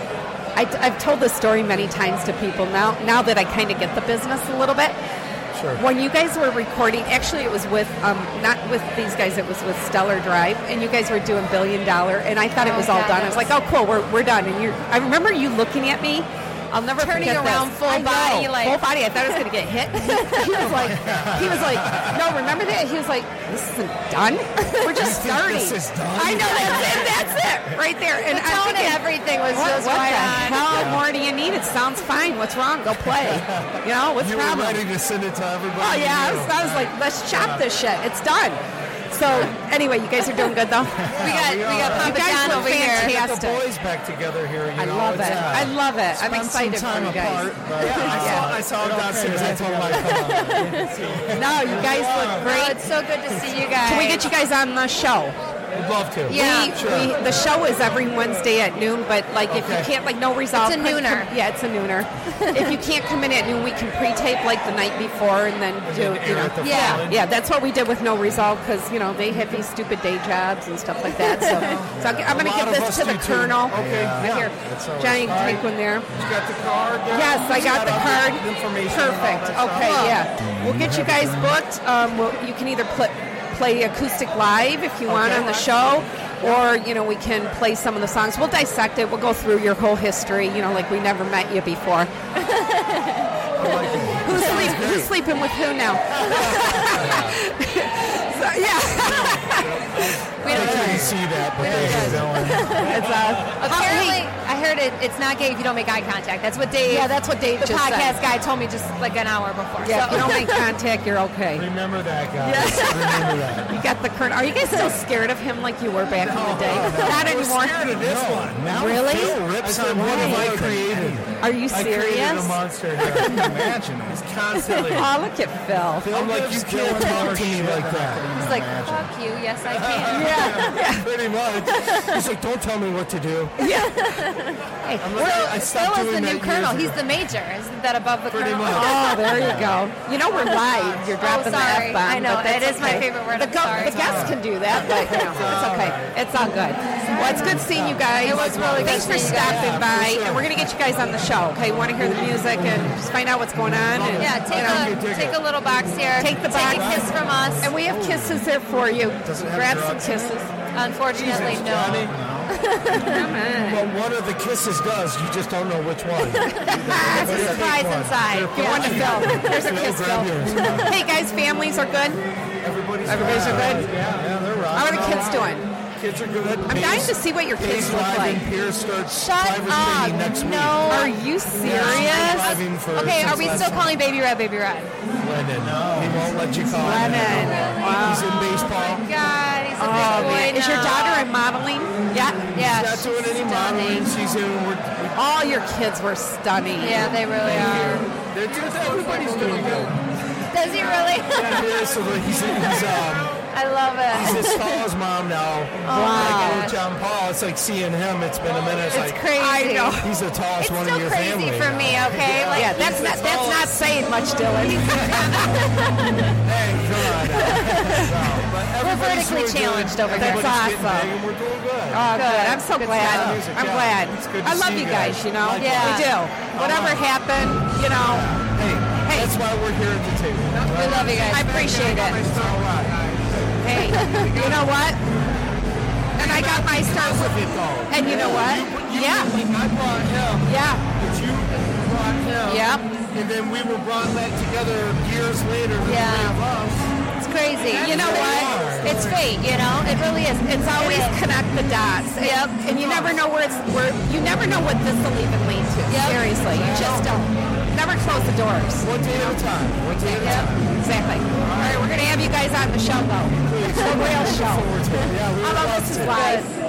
I, have told this story many times to people now. Now that I kind of get the business a little bit.
Sure.
When you guys were recording, actually, it was with um, not with these guys. It was with Stellar Drive, and you guys were doing Billion Dollar, and I thought it
Oh,
was all
yeah,
done. I was
that was-
like, oh, cool, we're, we're done. And you, I remember you looking at me. I'll never
Turning
forget
around
this.
full
I know,
body, like-
full body. I thought I was gonna get hit. he was like, he was like, no, remember that? He was like, this isn't done. We're just
You think
starting.
this is done?
I know that's it. That's it right there. And
The
I'm
tone and
thinking,
everything was
what,
just
what
right
the
on.
hell
Yeah.
more do you need? It sounds fine. What's wrong? Go play. You know what's
you
the problem?
were ready to send it to everybody.
Oh yeah, I
you
was,
knew.
I was like, let's chop this shit. It's done. So anyway, you guys are doing good though.
We got we, got
You
Papa
guys
John
look
over
Get
fantastic.
the boys back together here. You
I
know,
love it.
it's, uh,
I love it. I'm
spend some
excited for
time
you guys.
apart, but I saw, I saw him downstairs. I told him I'd come on.
No, you guys look
here.
great.
Oh, it's so good to see you guys.
Can we get you guys on the show?
We'd love to.
Yeah,
we,
sure.
we, the show is every Wednesday at noon. But like, if you can't, like, no resolve.
It's a
couldn't
nooner.
come- yeah, it's a nooner. if you can't come in at noon, we can pre-tape like the night before and then
then
do. You
air
know,
it the
yeah,
following-
yeah. That's what we did with no resolve because you know they have these stupid day jobs and stuff like that. So, so I'll gi- I'm
A
going to
lot
give
of
this
us
to the
do, too.
colonel.
Okay,
Right
yeah.
here,
That's always
Johnny,
fine.
take one there.
You got the card? down?
Yes, I
You
got the
all
card.
Information and all
Perfect.
that
Okay,
stuff?
yeah. We'll get you guys booked. Um, we'll, you can either pl- play acoustic live if you want
Okay.
on the show, or you know we can play some of the songs. We'll dissect it. We'll go through your whole history. You know, like we never met you before. who's, sleep, who's sleeping with who now? so, yeah,
We
They
don't-
couldn't see that, but they were going.
it's
uh,
us.
Apparently, I heard it. It's not gay if you don't make eye contact. That's what Dave.
Oh, Yeah, that's what Dave
the
just said.
podcast guy told me just like an hour before.
Yeah, if
so.
you don't make contact, you're okay.
Remember that, guys. Remember that.
You got the current. Are you guys still scared of him like you were back in the day? Not anymore.
this one. Now
Really?
Phil
I
rips
said,
on what
why?
have I created?
Are you
I created a
serious?
monster. here. I can imagine. It's constantly.
Oh, look at Phil.
I'm like, you can't talk to me like that.
He's like, fuck you. Yes, I can.
Pretty much. He's like, don't tell me what to do.
Hey,
I'm
Will,
like, I stopped
Will is the
doing that
new
years
colonel.
ago.
He's the major. Isn't that above the
Pretty
colonel?
much.
Oh, there you go. You know we're live. You're dropping
oh, sorry.
the F bomb.
I know.
but that's
It is my
okay.
favorite word.
The,
I'm
gu-
sorry.
the guests can do that, but you know, it's okay. It's all good. Well, it's good seeing you guys.
It was really good
Thanks for
seeing you guys.
stopping
Yeah,
by, and we're gonna get you guys on the show. Okay, you want to hear the music and just find out what's going on. And,
Yeah,
you know,
take a, take a little box here.
Take the box.
Take a kiss from us.
and we have kisses there for you.
Does it have
Grab some
drugs in it?
kisses.
Unfortunately, no.
Johnny. Well, one of the kisses does. You just don't know which one.
There's a surprise inside.
Give one to Phil. There's a
Phil,
kiss, Phil.
grab yours.
Hey guys, families are good.
Everybody's,
Everybody's
fine.
good?
Yeah, yeah, they're rocking.
How are the kids
all
doing?
right. Kids are good.
I'm dying to see what your kids look
live
like.
And Pierce starts
Shut
private
up.
training next
No.
week.
Are you serious?
Driving for
Okay,
since
are we
last
still
week.
calling Baby Red Baby Red?
Lennon? He won't let you call him.
Lennon. Wow.
He's in baseball.
God, he's a
Oh,
big boy
man.
now.
Is your daughter in modeling? Yeah.
Yeah.
Not doing any
stunning.
modeling. She's in. We're,
All your kids were stunning.
Yeah, they really are.
they're just, everybody's doing good.
Does he really?
Yeah, seriously, he's, he's um.
I love it.
It's Paul's mom now.
Wow.
Like, oh, John Paul. It's like seeing him. It's been a minute. It's,
It's
like,
I
crazy.
know.
He's the tallest
It's
one in
still
your family.
crazy for
now.
me, okay? Like,
Yeah, that's not that's not saying much,
Hey,
Dylan.
come on. now. But everybody's doing
vertically
good.
challenged over here.
Everybody's
That's
getting
awesome.
big and We're doing good.
Oh, good. I'm so glad.
Music,
I'm
yeah.
glad.
It's good to
I love
see
you
you
guys.
guys.
You know,
Likewise.
we do. Whatever happened, you know,
hey, that's why we're here at the table.
We love you
I
guys.
appreciate it.
It's all right.
Hey, you know what? And I got my stuff.
Look at though.
And you know what?
You,
Yeah,
I brought him,
yeah,
but you brought him.
yeah.
And then we were brought back together years later. the
Yeah.
three of us.
It's crazy. You know
They are.
what? It's fate, you know? It really is. It's
Always
always
connect the dots. And-
Yep.
And you never know where it's where you never know what this will even lead to.
Yep.
Seriously, you just don't. Never close the doors.
One day at a time. One day at a
Yep,
time.
exactly. All right, we're going to have you guys on the show, though. The real
Yeah,
show.
we
How
would
about
love
this is
to.
live?